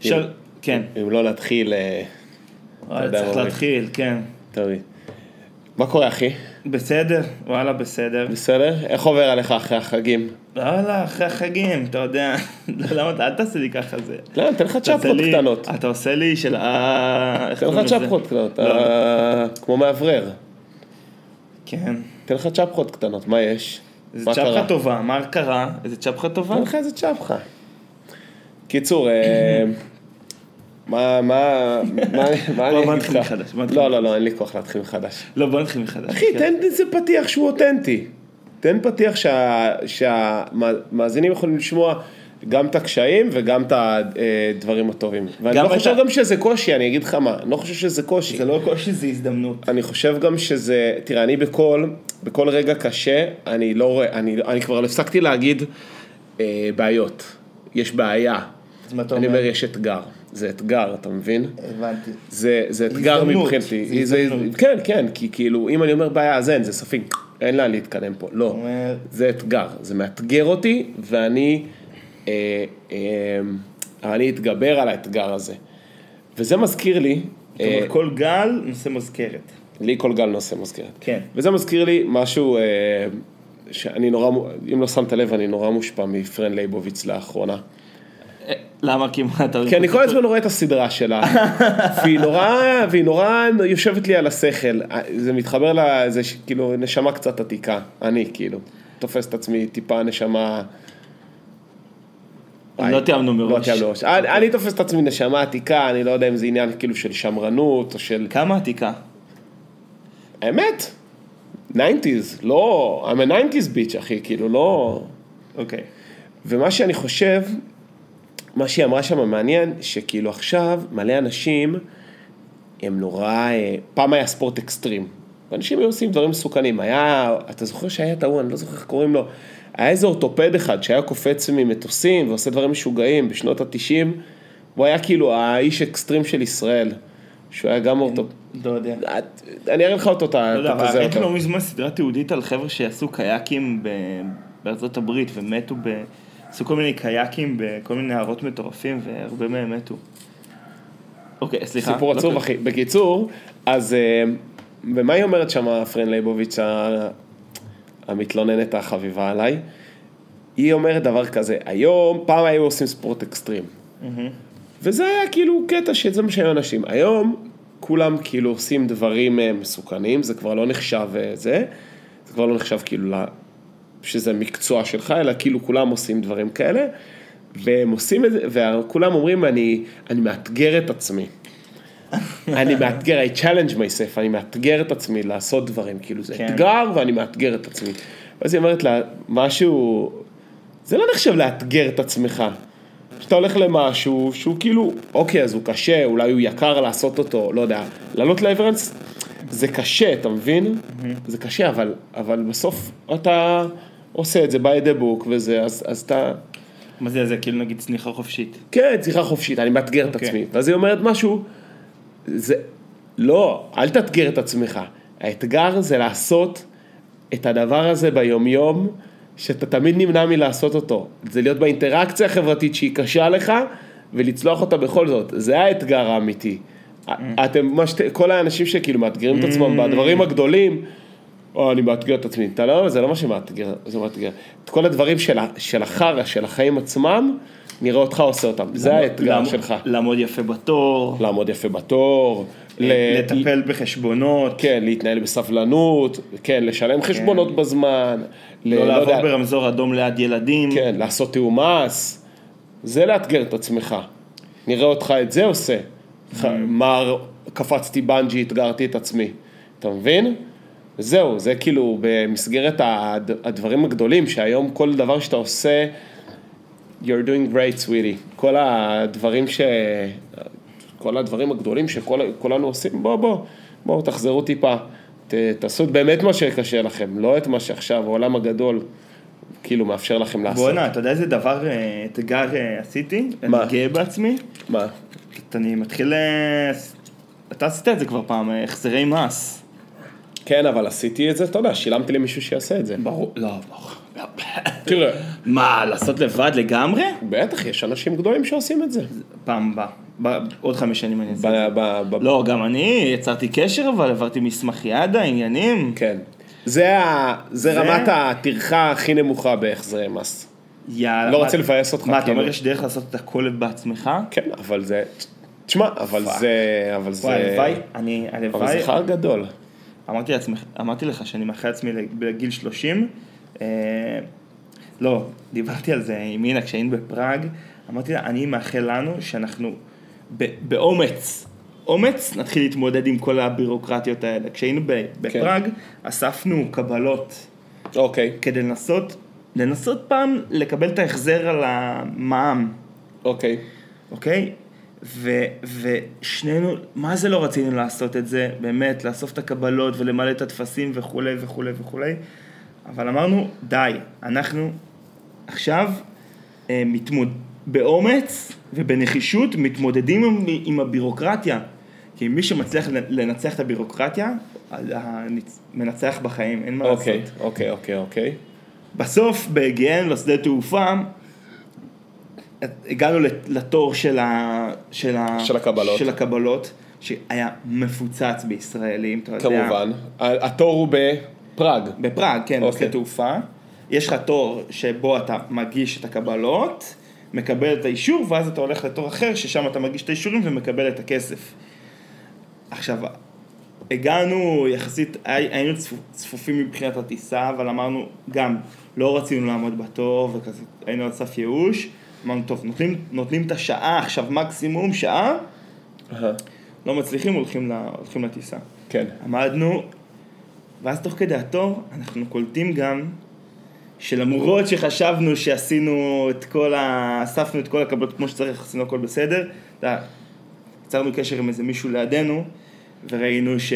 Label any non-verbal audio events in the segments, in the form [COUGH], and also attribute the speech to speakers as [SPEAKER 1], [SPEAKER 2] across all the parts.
[SPEAKER 1] של... כן,
[SPEAKER 2] אם לא להתחיל, אה,
[SPEAKER 1] וואי,
[SPEAKER 2] יודע
[SPEAKER 1] צריך
[SPEAKER 2] מה.
[SPEAKER 1] להתחיל, כן.
[SPEAKER 2] תמיד. מה קורה אחי?
[SPEAKER 1] בסדר, וואלה, בסדר.
[SPEAKER 2] בסדר? איך עובר עליך אחרי החגים?
[SPEAKER 1] וואלה, אחרי החגים, אתה יודע. [LAUGHS] לא, למה אתה, אל תעשה לי ככה זה.
[SPEAKER 2] לא, תן לך
[SPEAKER 1] אתה עושה
[SPEAKER 2] צ'פחות
[SPEAKER 1] לי-
[SPEAKER 2] קטנות.
[SPEAKER 1] אתה עושה לי של ה...
[SPEAKER 2] תן לך צ'פחות קטנות,
[SPEAKER 1] לא,
[SPEAKER 2] אה, כמו מאוורר.
[SPEAKER 1] כן.
[SPEAKER 2] תן לך צ'פחות קטנות, מה יש?
[SPEAKER 1] איזה
[SPEAKER 2] מה קרה?
[SPEAKER 1] צ'פחה טובה, מה קרה? איזה צ'פחה טובה?
[SPEAKER 2] תן לך איזה צ'פחה. קיצור, אה,
[SPEAKER 1] [LAUGHS]
[SPEAKER 2] מה, מה, מה, מה
[SPEAKER 1] בוא, בוא
[SPEAKER 2] אני
[SPEAKER 1] נתחיל
[SPEAKER 2] אגיד לך?
[SPEAKER 1] מחדש, בוא נתחיל
[SPEAKER 2] לא, לא, לא, אין לי כוח להתחיל מחדש.
[SPEAKER 1] לא, בוא נתחיל מחדש.
[SPEAKER 2] אחי,
[SPEAKER 1] כן.
[SPEAKER 2] תן איזה פתיח שהוא אותנטי. תן פתיח שה- שהמאזינים יכולים לשמוע גם את הקשיים וגם את הדברים הטובים. ואני
[SPEAKER 1] גם
[SPEAKER 2] לא
[SPEAKER 1] את
[SPEAKER 2] חושב
[SPEAKER 1] ה-
[SPEAKER 2] גם שזה קושי, אני אגיד לך מה, אני לא חושב שזה קושי.
[SPEAKER 1] זה לא קושי, זה הזדמנות.
[SPEAKER 2] אני חושב גם שזה, תראה, אני בכל, בכל רגע קשה, אני לא רואה, אני, אני כבר הפסקתי להגיד אה, בעיות. יש בעיה.
[SPEAKER 1] אז מה אתה
[SPEAKER 2] אני
[SPEAKER 1] אומר? אה,
[SPEAKER 2] אומר, יש אתגר. זה אתגר, אתה מבין?
[SPEAKER 1] הבנתי.
[SPEAKER 2] זה, זה אתגר
[SPEAKER 1] הזדמנות,
[SPEAKER 2] מבחינתי.
[SPEAKER 1] זה
[SPEAKER 2] זה-
[SPEAKER 1] הזדמנות.
[SPEAKER 2] כן, כן, כי כאילו, אם אני אומר בעיה, אז אין, זה ספק, אין לאן להתקדם פה. לא.
[SPEAKER 1] אומר-
[SPEAKER 2] זה אתגר, זה מאתגר אותי, ואני אה, אה, אני אתגבר על האתגר הזה. וזה מזכיר לי,
[SPEAKER 1] אתה
[SPEAKER 2] אה,
[SPEAKER 1] אומר, כל גל נושא מזכרת.
[SPEAKER 2] לי כל גל נושא מזכרת.
[SPEAKER 1] כן.
[SPEAKER 2] וזה מזכיר לי משהו אה, שאני נורא, מו- אם לא שמת לב, אני נורא מושפע מפרן לייבוביץ לאחרונה.
[SPEAKER 1] למה כמעט?
[SPEAKER 2] אה, כי אני כל הזמן רואה את הסדרה שלה, והיא נורא, והיא נורא יושבת לי על השכל. זה מתחבר לזה, ש- כאילו, נשמה קצת עתיקה, אני כאילו. תופס את עצמי טיפה נשמה...
[SPEAKER 1] לא תיאמנו
[SPEAKER 2] לא
[SPEAKER 1] מראש.
[SPEAKER 2] תיאמנו מראש. אני אני תופס את עצמי נשמה עתיקה, אני לא יודע אם זה עניין כאילו של שמרנות או של...
[SPEAKER 1] כמה עתיקה?
[SPEAKER 2] האמת, 90's, לא, I'm a 90's ביץ' אחי, כאילו לא...
[SPEAKER 1] אוקיי.
[SPEAKER 2] ומה שאני חושב, מה שהיא אמרה שם מעניין, שכאילו עכשיו מלא אנשים, הם נורא, אה, פעם היה ספורט אקסטרים. אנשים היו עושים דברים מסוכנים, היה, אתה זוכר שהיה את ההוא, אני לא זוכר איך קוראים לו, היה איזה אורתופד אחד שהיה קופץ ממטוסים ועושה דברים משוגעים בשנות התשעים, הוא היה כאילו האיש אקסטרים של ישראל, שהוא היה גם אורתופד.
[SPEAKER 1] לא יודע.
[SPEAKER 2] את- אני אראה לך אותו, אתה
[SPEAKER 1] לא יודע,
[SPEAKER 2] אתה
[SPEAKER 1] אבל
[SPEAKER 2] תזהה
[SPEAKER 1] ראיתי
[SPEAKER 2] אותו.
[SPEAKER 1] לא מזמן סדרה תיעודית על חבר'ה שעשו קייקים ב- בארצות הברית ומתו ב... עשו כל מיני קייקים בכל מיני נהרות מטורפים והרבה מהם מתו. אוקיי, סליחה.
[SPEAKER 2] סיפור
[SPEAKER 1] לא
[SPEAKER 2] עצוב
[SPEAKER 1] קרה.
[SPEAKER 2] אחי. בקיצור, אז אה, ומה היא אומרת שם פרן ליבוביץ' ה- המתלוננת החביבה עליי? היא אומרת דבר כזה, היום, פעם היו עושים ספורט אקסטרים. וזה היה כאילו קטע שזה מה שהיו אנשים. היום כולם כאילו עושים דברים אה, מסוכנים, זה כבר לא נחשב אה, זה, זה כבר לא נחשב כאילו ל- שזה מקצוע שלך, אלא כאילו כולם עושים דברים כאלה, והם עושים את זה, וכולם אומרים, אני, אני מאתגר את עצמי. אני מאתגר, I challenge myself, אני מאתגר את עצמי לעשות דברים, כאילו זה
[SPEAKER 1] כן.
[SPEAKER 2] אתגר ואני מאתגר את עצמי. ואז היא אומרת לה, משהו, זה לא נחשב לאתגר את עצמך. כשאתה הולך למשהו שהוא כאילו, אוקיי, אז הוא קשה, אולי הוא יקר לעשות אותו, לא יודע, לעלות לאברנס, זה קשה, אתה מבין? זה קשה, אבל, אבל בסוף אתה עושה את זה by the book וזה, אז, אז אתה...
[SPEAKER 1] מה זה, זה כאילו נגיד צניחה חופשית.
[SPEAKER 2] כן, צריכה חופשית, אני מאתגר את
[SPEAKER 1] אוקיי.
[SPEAKER 2] עצמי. ואז היא אומרת משהו, זה, לא, אל תאתגר את עצמך. האתגר זה לעשות את הדבר הזה ביומיום, שאתה תמיד נמנע מלעשות אותו. זה להיות באינטראקציה החברתית שהיא קשה לך, ולצלוח אותה בכל זאת. זה האתגר האמיתי. אתם, מה שת- כל האנשים שכאילו מאתגרים את עצמם בדברים הגדולים, או אני מאתגר את עצמי, אתה לא, זה לא מה שמאתגר, זה מאתגר. את כל הדברים של, ה- של החרא, של החיים עצמם, נראה אותך עושה אותם, זה האתגר
[SPEAKER 1] לעמוד-
[SPEAKER 2] שלך.
[SPEAKER 1] לעמוד יפה בתור,
[SPEAKER 2] לעמוד יפה בתור, ל-
[SPEAKER 1] אה, לטפל בחשבונות,
[SPEAKER 2] כן, להתנהל בסבלנות, כן, לשלם חשבונות בזמן, ל-
[SPEAKER 1] לא
[SPEAKER 2] יודע,
[SPEAKER 1] לעבור ברמזור אדום ליד ילדים.
[SPEAKER 2] כן, לעשות תיאום מס, זה לאתגר את עצמך. נראה אותך את זה עושה. ח- מר, קפצתי בנג'י, אתגרתי את עצמי. אתה מבין? זהו, זה כאילו במסגרת הד- הדברים הגדולים, שהיום כל דבר שאתה עושה, you're doing great, sweetie. כל הדברים ש... כל הדברים הגדולים שכולנו עושים, בוא, בוא, בואו תחזרו טיפה. ת, תעשו באמת מה שקשה לכם, לא את מה שעכשיו העולם הגדול כאילו מאפשר לכם לעשות.
[SPEAKER 1] בואנה, אתה יודע איזה דבר, אה, אתגר אה, עשיתי?
[SPEAKER 2] מה?
[SPEAKER 1] אני גאה בעצמי.
[SPEAKER 2] מה?
[SPEAKER 1] אני מתחיל... אה, אתה עשית את זה כבר פעם, אה, החזרי מס.
[SPEAKER 2] כן, אבל עשיתי את זה, אתה יודע, שילמתי למישהו שיעשה את זה.
[SPEAKER 1] ברור, לא, ברור.
[SPEAKER 2] תראה,
[SPEAKER 1] מה, לעשות לבד לגמרי?
[SPEAKER 2] בטח, יש אנשים גדולים שעושים את זה.
[SPEAKER 1] פעם הבאה. ב- עוד חמש שנים אני
[SPEAKER 2] ב-
[SPEAKER 1] אעשה.
[SPEAKER 2] ב- ב-
[SPEAKER 1] לא, גם אני יצרתי קשר, אבל עברתי מסמכיאדה, עניינים.
[SPEAKER 2] כן. זה ה- זה
[SPEAKER 1] זה-
[SPEAKER 2] רמת הטרחה הכי נמוכה בהחזרי מס.
[SPEAKER 1] יאללה.
[SPEAKER 2] לא
[SPEAKER 1] מה-
[SPEAKER 2] רוצה לבאס אותך,
[SPEAKER 1] מה, אתה
[SPEAKER 2] כאילו.
[SPEAKER 1] אומר יש דרך לעשות את הכל בעצמך?
[SPEAKER 2] כן, אבל זה... תשמע, אבל
[SPEAKER 1] פאק.
[SPEAKER 2] זה... אבל זה...
[SPEAKER 1] וואי, הלוואי, אני,
[SPEAKER 2] אבל
[SPEAKER 1] הלוואי,
[SPEAKER 2] זה חר גדול.
[SPEAKER 1] אמרתי, לעצמך, אמרתי לך שאני מאחל לעצמי בגיל 30. אה, לא, דיברתי על זה עם אינה כשהיינו בפראג, אמרתי לה, אני מאחל לנו שאנחנו ב- באומץ, אומץ, נתחיל להתמודד עם כל הבירוקרטיות האלה. כשהיינו ב- בפראג, אספנו קבלות
[SPEAKER 2] אוקיי,
[SPEAKER 1] כדי לנסות, לנסות פעם לקבל את ההחזר על המע"מ.
[SPEAKER 2] אוקיי.
[SPEAKER 1] אוקיי? ו, ושנינו, מה זה לא רצינו לעשות את זה, באמת, לאסוף את הקבלות ולמלא את הטפסים וכולי וכולי וכולי, אבל אמרנו, די, אנחנו עכשיו אה, מתמוד... באומץ ובנחישות מתמודדים עם, עם הבירוקרטיה. כי מי שמצליח לנצח את הבירוקרטיה, הניצ- מנצח בחיים, אין מה
[SPEAKER 2] אוקיי,
[SPEAKER 1] לעשות.
[SPEAKER 2] אוקיי, אוקיי, אוקיי.
[SPEAKER 1] בסוף בהגיענו לשדה תעופה, הגענו לת- לתור של, ה, של, ה,
[SPEAKER 2] של הקבלות.
[SPEAKER 1] של הקבלות, שהיה מפוצץ בישראלים, אתה יודע.
[SPEAKER 2] כמובן. ה- התור הוא בפראג.
[SPEAKER 1] בפראג, כן,
[SPEAKER 2] אוקיי.
[SPEAKER 1] בשדה תעופה. יש לך תור שבו אתה מגיש את הקבלות, מקבל את האישור, ואז אתה הולך לתור אחר, ששם אתה מגיש את האישורים ומקבל את הכסף. עכשיו, הגענו יחסית, הי- היינו צפו- צפופים מבחינת הטיסה, אבל אמרנו, גם, לא רצינו לעמוד בתור, וכזה, היינו על סף ייאוש. אמרנו, טוב, נותנים, נותנים את השעה עכשיו, מקסימום שעה,
[SPEAKER 2] אהה.
[SPEAKER 1] לא מצליחים, הולכים, ל, הולכים לטיסה.
[SPEAKER 2] כן.
[SPEAKER 1] עמדנו, ואז תוך כדי התור אנחנו קולטים גם שלמרות שחשבנו שעשינו את כל ה... אספנו את כל הקבלות כמו שצריך, עשינו הכל בסדר, אתה יודע, יצרנו קשר עם איזה מישהו לידינו, וראינו ש...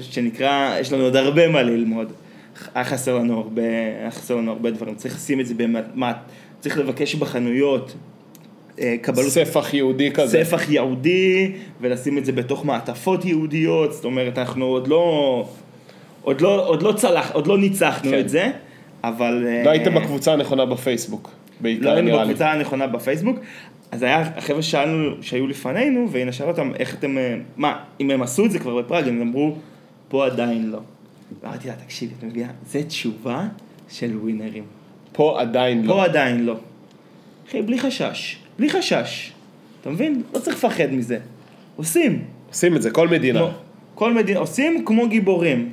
[SPEAKER 1] שנקרא, יש לנו עוד הרבה מה ללמוד. היה חסר לנו הרבה, היה חסר לנו הרבה דברים, צריך לשים את זה במעט, צריך לבקש בחנויות אה, קבלות
[SPEAKER 2] ספח יהודי כזה.
[SPEAKER 1] ספח יהודי, ולשים את זה בתוך מעטפות יהודיות, זאת אומרת, אנחנו עוד לא, עוד לא, עוד לא צלח, עוד לא ניצחנו
[SPEAKER 2] כן.
[SPEAKER 1] את זה, אבל...
[SPEAKER 2] לא
[SPEAKER 1] אה,
[SPEAKER 2] הייתם בקבוצה הנכונה בפייסבוק.
[SPEAKER 1] לא
[SPEAKER 2] בעיקר
[SPEAKER 1] היינו
[SPEAKER 2] נראה לי.
[SPEAKER 1] בקבוצה הנכונה בפייסבוק, אז היה, החבר'ה שאלנו, שהיו לפנינו, והנה שאל אותם, איך אתם, אה, מה, אם הם עשו את זה כבר בפראג, הם אמרו, פה עדיין לא. ואמרתי לה, תקשיבי, את מבינה, זו תשובה של ווינרים.
[SPEAKER 2] פה עדיין לא.
[SPEAKER 1] פה עדיין לא. אחי, בלי חשש, בלי חשש. אתה מבין? לא צריך לפחד מזה. עושים.
[SPEAKER 2] עושים את זה, כל מדינה.
[SPEAKER 1] כמו- כל מדינה, עושים כמו גיבורים.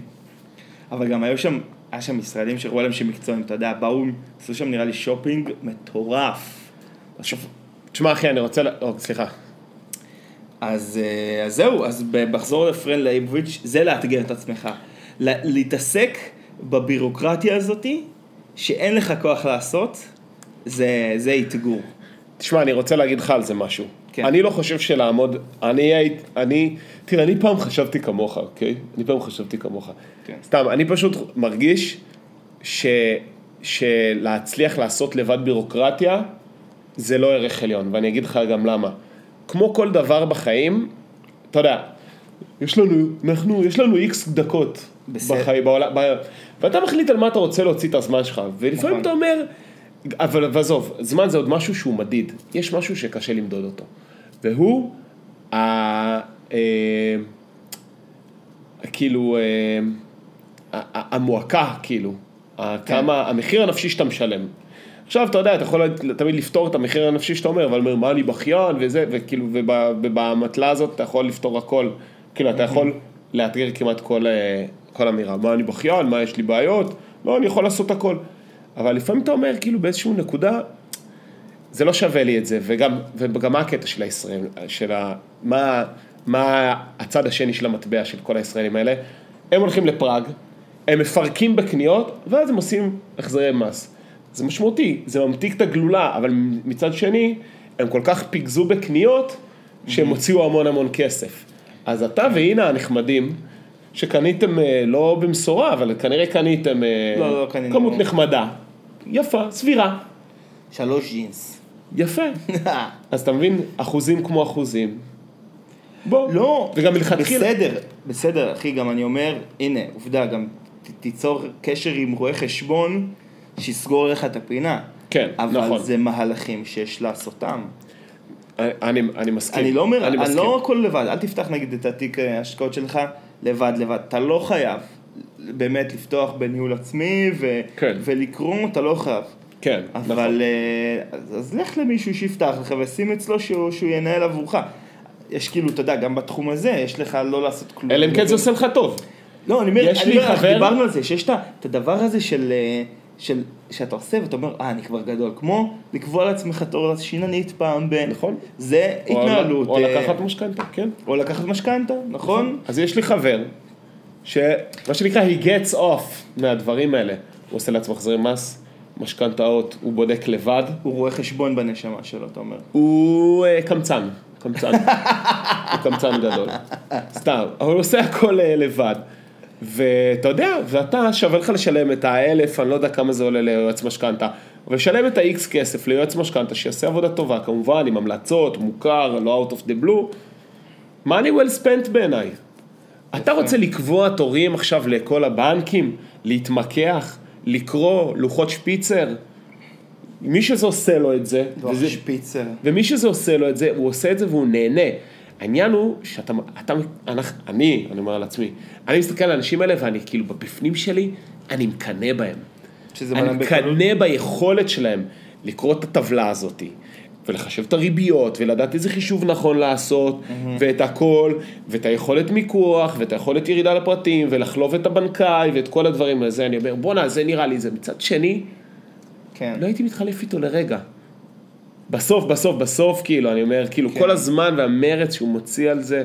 [SPEAKER 1] אבל גם היו שם, היה שם ישראלים שראו עליהם שהם מקצועיים, אתה יודע, באו, עשו שם נראה לי שופינג מטורף. בסוף-
[SPEAKER 2] תשמע אחי, אני רוצה... ל- או, סליחה.
[SPEAKER 1] אז, אה, אז זהו, אז ב- בחזור לפרנד לייבוביץ', זה לאתגר את עצמך. לה- להתעסק בבירוקרטיה הזאתי, שאין לך כוח לעשות, זה, זה אתגור.
[SPEAKER 2] תשמע, אני רוצה להגיד לך על זה משהו.
[SPEAKER 1] כן.
[SPEAKER 2] כן. אני לא חושב שלעמוד, אני הייתי, אני, תראה, אני פעם חשבתי כמוך, אוקיי? אני פעם חשבתי כמוך.
[SPEAKER 1] כן.
[SPEAKER 2] כן. סתם, אני פשוט מרגיש ש, שלהצליח לעשות לבד בירוקרטיה, זה לא ערך עליון, ואני אגיד לך גם למה. כמו כל דבר בחיים, אתה יודע, יש לנו, אנחנו, יש לנו איקס דקות
[SPEAKER 1] בסדר.
[SPEAKER 2] בחיים, בעולם, ב... ואתה מחליט על מה אתה רוצה להוציא את הזמן שלך, ולפעמים
[SPEAKER 1] נכון.
[SPEAKER 2] אתה אומר, אבל אבל עזוב, זמן זה עוד משהו שהוא מדיד, יש משהו שקשה למדוד אותו, והוא, ה... אה, כאילו, אה, ה- ה- המועקה, כאילו, ה- כמה, המחיר הנפשי שאתה משלם. עכשיו, אתה יודע, אתה יכול תמיד לפתור את המחיר הנפשי שאתה אומר, אבל אומר, מה אני בכיין, וזה, וכאילו, וב- ובאמתלה הזאת אתה יכול לפתור הכל. כאילו, אתה יכול לאתגר כמעט כל, אה, כל אמירה, מה אני בכיין, מה יש לי בעיות, לא, אני יכול לעשות הכל. אבל לפעמים אתה אומר, כאילו, באיזשהו נקודה, זה לא שווה לי את זה, וגם, וגם מה הקטע של הישראלים, של ה... מה, מה הצד השני של המטבע של כל הישראלים האלה, הם הולכים לפראג, הם מפרקים בקניות, ואז הם עושים החזרי מס. זה משמעותי, זה ממתיק את הגלולה, אבל מצד שני, הם כל כך פיגזו בקניות,
[SPEAKER 1] Mm-hmm.
[SPEAKER 2] שהם הוציאו המון המון כסף. אז אתה והנה הנחמדים, שקניתם אה, לא במשורה, אבל כנראה קניתם אה,
[SPEAKER 1] לא, לא קנינו.
[SPEAKER 2] כמות נחמדה, יפה, סבירה,
[SPEAKER 1] שלוש ג'ינס. [LAUGHS]
[SPEAKER 2] יפה. אז אתה מבין, אחוזים כמו אחוזים. בוא.
[SPEAKER 1] לא.
[SPEAKER 2] וגם מלכתחילה.
[SPEAKER 1] בסדר, בסדר, אחי, גם אני אומר, הנה, עובדה, גם ת- תיצור קשר עם רואה חשבון שיסגור לך את הפינה.
[SPEAKER 2] כן,
[SPEAKER 1] אבל
[SPEAKER 2] נכון.
[SPEAKER 1] זה מהלכים שיש לעשותם.
[SPEAKER 2] אה, אני, כן, אני מסכים.
[SPEAKER 1] אני לא אומר, אני
[SPEAKER 2] מסכים.
[SPEAKER 1] לא הכל לבד, אל תפתח נגיד את התיק אה, ההשקעות שלך לבד לבד, אתה לא חייב באמת לפתוח בניהול עצמי ו-
[SPEAKER 2] כן.
[SPEAKER 1] ולקרום, אתה לא חייב.
[SPEAKER 2] כן, נכון.
[SPEAKER 1] אבל אה, אז, אז לך למישהו שיפתח לך ושים אצלו שהוא, שהוא ינהל עבורך. יש כאילו, אתה יודע, גם בתחום הזה, יש לך לא לעשות כלום.
[SPEAKER 2] אלא אם כן זה עושה לך טוב.
[SPEAKER 1] לא, אני אומר,
[SPEAKER 2] יש
[SPEAKER 1] אני
[SPEAKER 2] לי
[SPEAKER 1] אומר, אנחנו
[SPEAKER 2] חבר-
[SPEAKER 1] דיברנו על זה, שיש את ה- את הדבר הזה של, אה, של, שאתה עושה ואתה אומר, אה, אני כבר גדול. כמו לקבוע לעצמך תור שיננית פעם ב...
[SPEAKER 2] נכון.
[SPEAKER 1] זה
[SPEAKER 2] או על-
[SPEAKER 1] התנהלות.
[SPEAKER 2] או
[SPEAKER 1] אה,
[SPEAKER 2] לקחת משכנתה, כן.
[SPEAKER 1] או לקחת משכנתה, נכון?
[SPEAKER 2] אז יש לי חבר, שמה שנקרא, he gets off מהדברים האלה. הוא עושה לעצמו החזרי מס, משכנתאות, הוא בודק לבד.
[SPEAKER 1] הוא רואה חשבון בנשמה שלו, אתה אומר.
[SPEAKER 2] הוא אה, קמצן, קמצן. הוא קמצן גדול. סתם, אבל הוא עושה הכל אה, לבד. ואתה יודע, ואתה שווה לך לשלם את האלף, אני לא יודע כמה זה עולה ליועץ משכנתה, אבל לשלם את ה-X כסף ליועץ משכנתה, שיעשה עבודה טובה, כמובן, עם המלצות, מוכר, לא out of the blue. money well spent בעיניי. אתה רוצה לקבוע תורים עכשיו לכל הבנקים, להתמקח, לקרוא לוחות שפיצר? מי שזה עושה לו את זה, וזה-
[SPEAKER 1] וזה שפיצר.
[SPEAKER 2] ומי שזה עושה לו את זה, הוא עושה את זה והוא נהנה. העניין הוא שאתה, אתה, אנחנו, אני, אני אומר על עצמי, אני מסתכל על האנשים האלה ואני כאילו בפנים שלי, אני מקנא בהם.
[SPEAKER 1] שזה
[SPEAKER 2] אני
[SPEAKER 1] בלם בקלות.
[SPEAKER 2] מקנא ביכולת שלהם לקרוא את הטבלה הזאת, ולחשב את הריביות, ולדעת איזה חישוב נכון לעשות, ואת הכל, ואת היכולת מיקוח, ואת היכולת ירידה לפרטים, ולחלוב את הבנקאי, ואת כל הדברים הזה, אני אומר, בואנה, זה נראה לי זה. מצד שני,
[SPEAKER 1] כן.
[SPEAKER 2] לא הייתי מתחלף איתו לרגע. בסוף, בסוף, בסוף, כאילו, אני אומר, כאילו, כן. כל הזמן והמרץ שהוא מוציא על זה,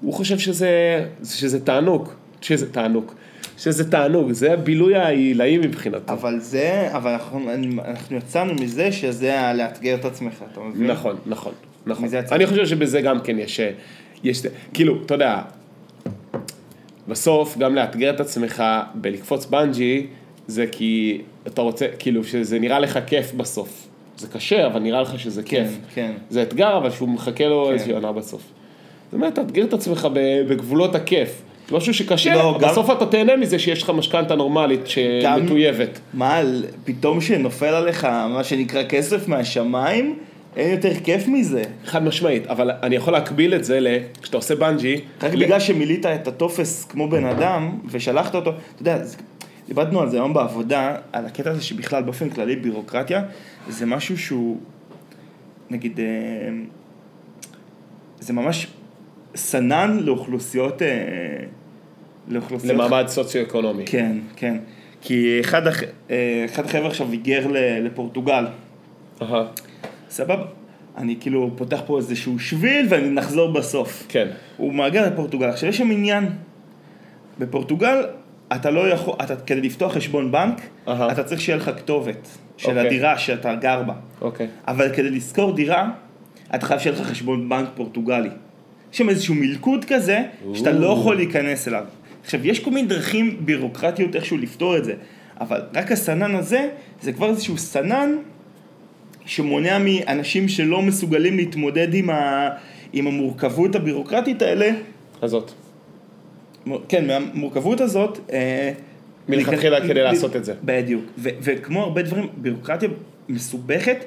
[SPEAKER 2] הוא חושב שזה, שזה תענוג, שזה תענוג, שזה תענוג, זה הבילוי העילאי מבחינתו.
[SPEAKER 1] אבל זה, אבל אנחנו אנחנו יצאנו מזה שזה ה- לאתגר את עצמך, אתה מבין?
[SPEAKER 2] נכון, נכון, נכון.
[SPEAKER 1] מזה הצד.
[SPEAKER 2] אני חושב שבזה גם כן יש, אה, יש, זה. כאילו, אתה יודע, בסוף גם לאתגר את עצמך בלקפוץ בנג'י, זה כי אתה רוצה, כאילו, שזה נראה לך כיף בסוף. זה קשה, אבל נראה לך שזה
[SPEAKER 1] כן,
[SPEAKER 2] כיף.
[SPEAKER 1] כן.
[SPEAKER 2] זה אתגר, אבל שהוא מחכה לו
[SPEAKER 1] כן.
[SPEAKER 2] איזושהי עונה בסוף. זאת אומרת, תאתגר את עצמך ב- בגבולות הכיף. זה משהו שקשה,
[SPEAKER 1] לא,
[SPEAKER 2] אבל
[SPEAKER 1] גם-
[SPEAKER 2] בסוף אתה תהנה מזה שיש לך משכנתה נורמלית
[SPEAKER 1] גם-
[SPEAKER 2] שמטויבת.
[SPEAKER 1] מה, על- פתאום שנופל עליך מה שנקרא כסף מהשמיים, אין יותר כיף מזה.
[SPEAKER 2] חד משמעית, אבל אני יכול להקביל את זה לכשאתה עושה בנג'י.
[SPEAKER 1] רק
[SPEAKER 2] ל-
[SPEAKER 1] בגלל שמילאת את הטופס כמו בן אדם, ושלחת אותו, אתה יודע, זה- דיברנו על זה היום בעבודה, על הקטע הזה שבכלל באופן כללי בירוקרטיה, זה משהו שהוא, נגיד, אה, זה ממש סנן לאוכלוסיות, אה, לאוכלוסיות...
[SPEAKER 2] למעמד סוציו-אקונומי.
[SPEAKER 1] כן, כן. כי אחד, הח- אה, אחד החבר'ה עכשיו היגר ל- לפורטוגל,
[SPEAKER 2] אהה,
[SPEAKER 1] סבבה? אני כאילו פותח פה איזשהו שביל ואני נחזור בסוף.
[SPEAKER 2] כן.
[SPEAKER 1] הוא מהגר לפורטוגל. עכשיו יש שם עניין. בפורטוגל אתה לא יכול, אתה, כדי לפתוח חשבון בנק,
[SPEAKER 2] אהה.
[SPEAKER 1] אתה צריך שיהיה לך כתובת של
[SPEAKER 2] אוקיי.
[SPEAKER 1] הדירה שאתה גר בה.
[SPEAKER 2] אוקיי.
[SPEAKER 1] אבל כדי לשכור דירה, אתה חייב שיהיה לך חשבון בנק פורטוגלי. יש שם איזשהו מלכוד כזה, שאתה לא יכול להיכנס אליו. עכשיו, יש כל מיני דרכים בירוקרטיות איכשהו לפתור את זה, אבל רק הסנן הזה, זה כבר איזשהו סנן שמונע מאנשים שלא מסוגלים להתמודד עם, ה... עם המורכבות הבירוקרטית האלה,
[SPEAKER 2] הזאת.
[SPEAKER 1] מ- כן, מהמורכבות הזאת... אה,
[SPEAKER 2] מלכתחילה
[SPEAKER 1] להיכנס-
[SPEAKER 2] כדי
[SPEAKER 1] ב-
[SPEAKER 2] לעשות את זה.
[SPEAKER 1] בדיוק, ו- וכמו הרבה דברים, בירוקרטיה מסובכת,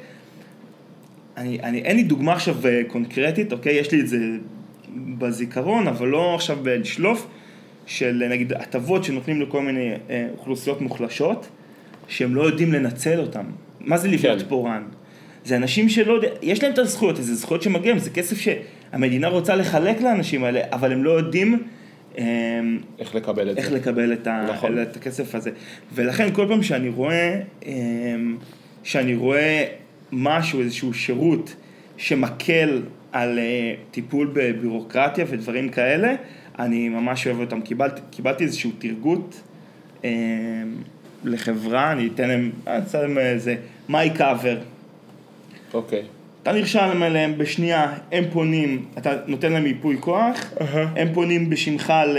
[SPEAKER 1] אני, אני, אין לי דוגמה עכשיו אה, קונקרטית, אוקיי? יש לי את זה בזיכרון, אבל לא עכשיו לשלוף, של אה, נגיד הטבות שנותנים לכל מיני אה, אוכלוסיות מוחלשות, שהם לא יודעים לנצל אותן. מה זה לבנות
[SPEAKER 2] כן.
[SPEAKER 1] פורן? זה אנשים שלא יודע, יש להם את הזכויות, זה זכויות שמגיעים, זה כסף שהמדינה רוצה לחלק לאנשים האלה, אבל הם לא יודעים אה,
[SPEAKER 2] איך לקבל את
[SPEAKER 1] איך
[SPEAKER 2] זה.
[SPEAKER 1] לקבל את, ה...
[SPEAKER 2] נכון.
[SPEAKER 1] את הכסף הזה. ולכן כל פעם שאני רואה, אמ, שאני רואה משהו, איזשהו שירות שמקל על אה, טיפול בבירוקרטיה ודברים כאלה, אני ממש אוהב אותם. קיבלתי, קיבלתי איזשהו תרגות אמ, לחברה, אני אתן להם, אני אעשה להם איזה מיי קאבר.
[SPEAKER 2] אוקיי.
[SPEAKER 1] אתה נרשם אליהם בשנייה, הם פונים, אתה נותן להם ייפוי כוח, הם פונים בשמך ל...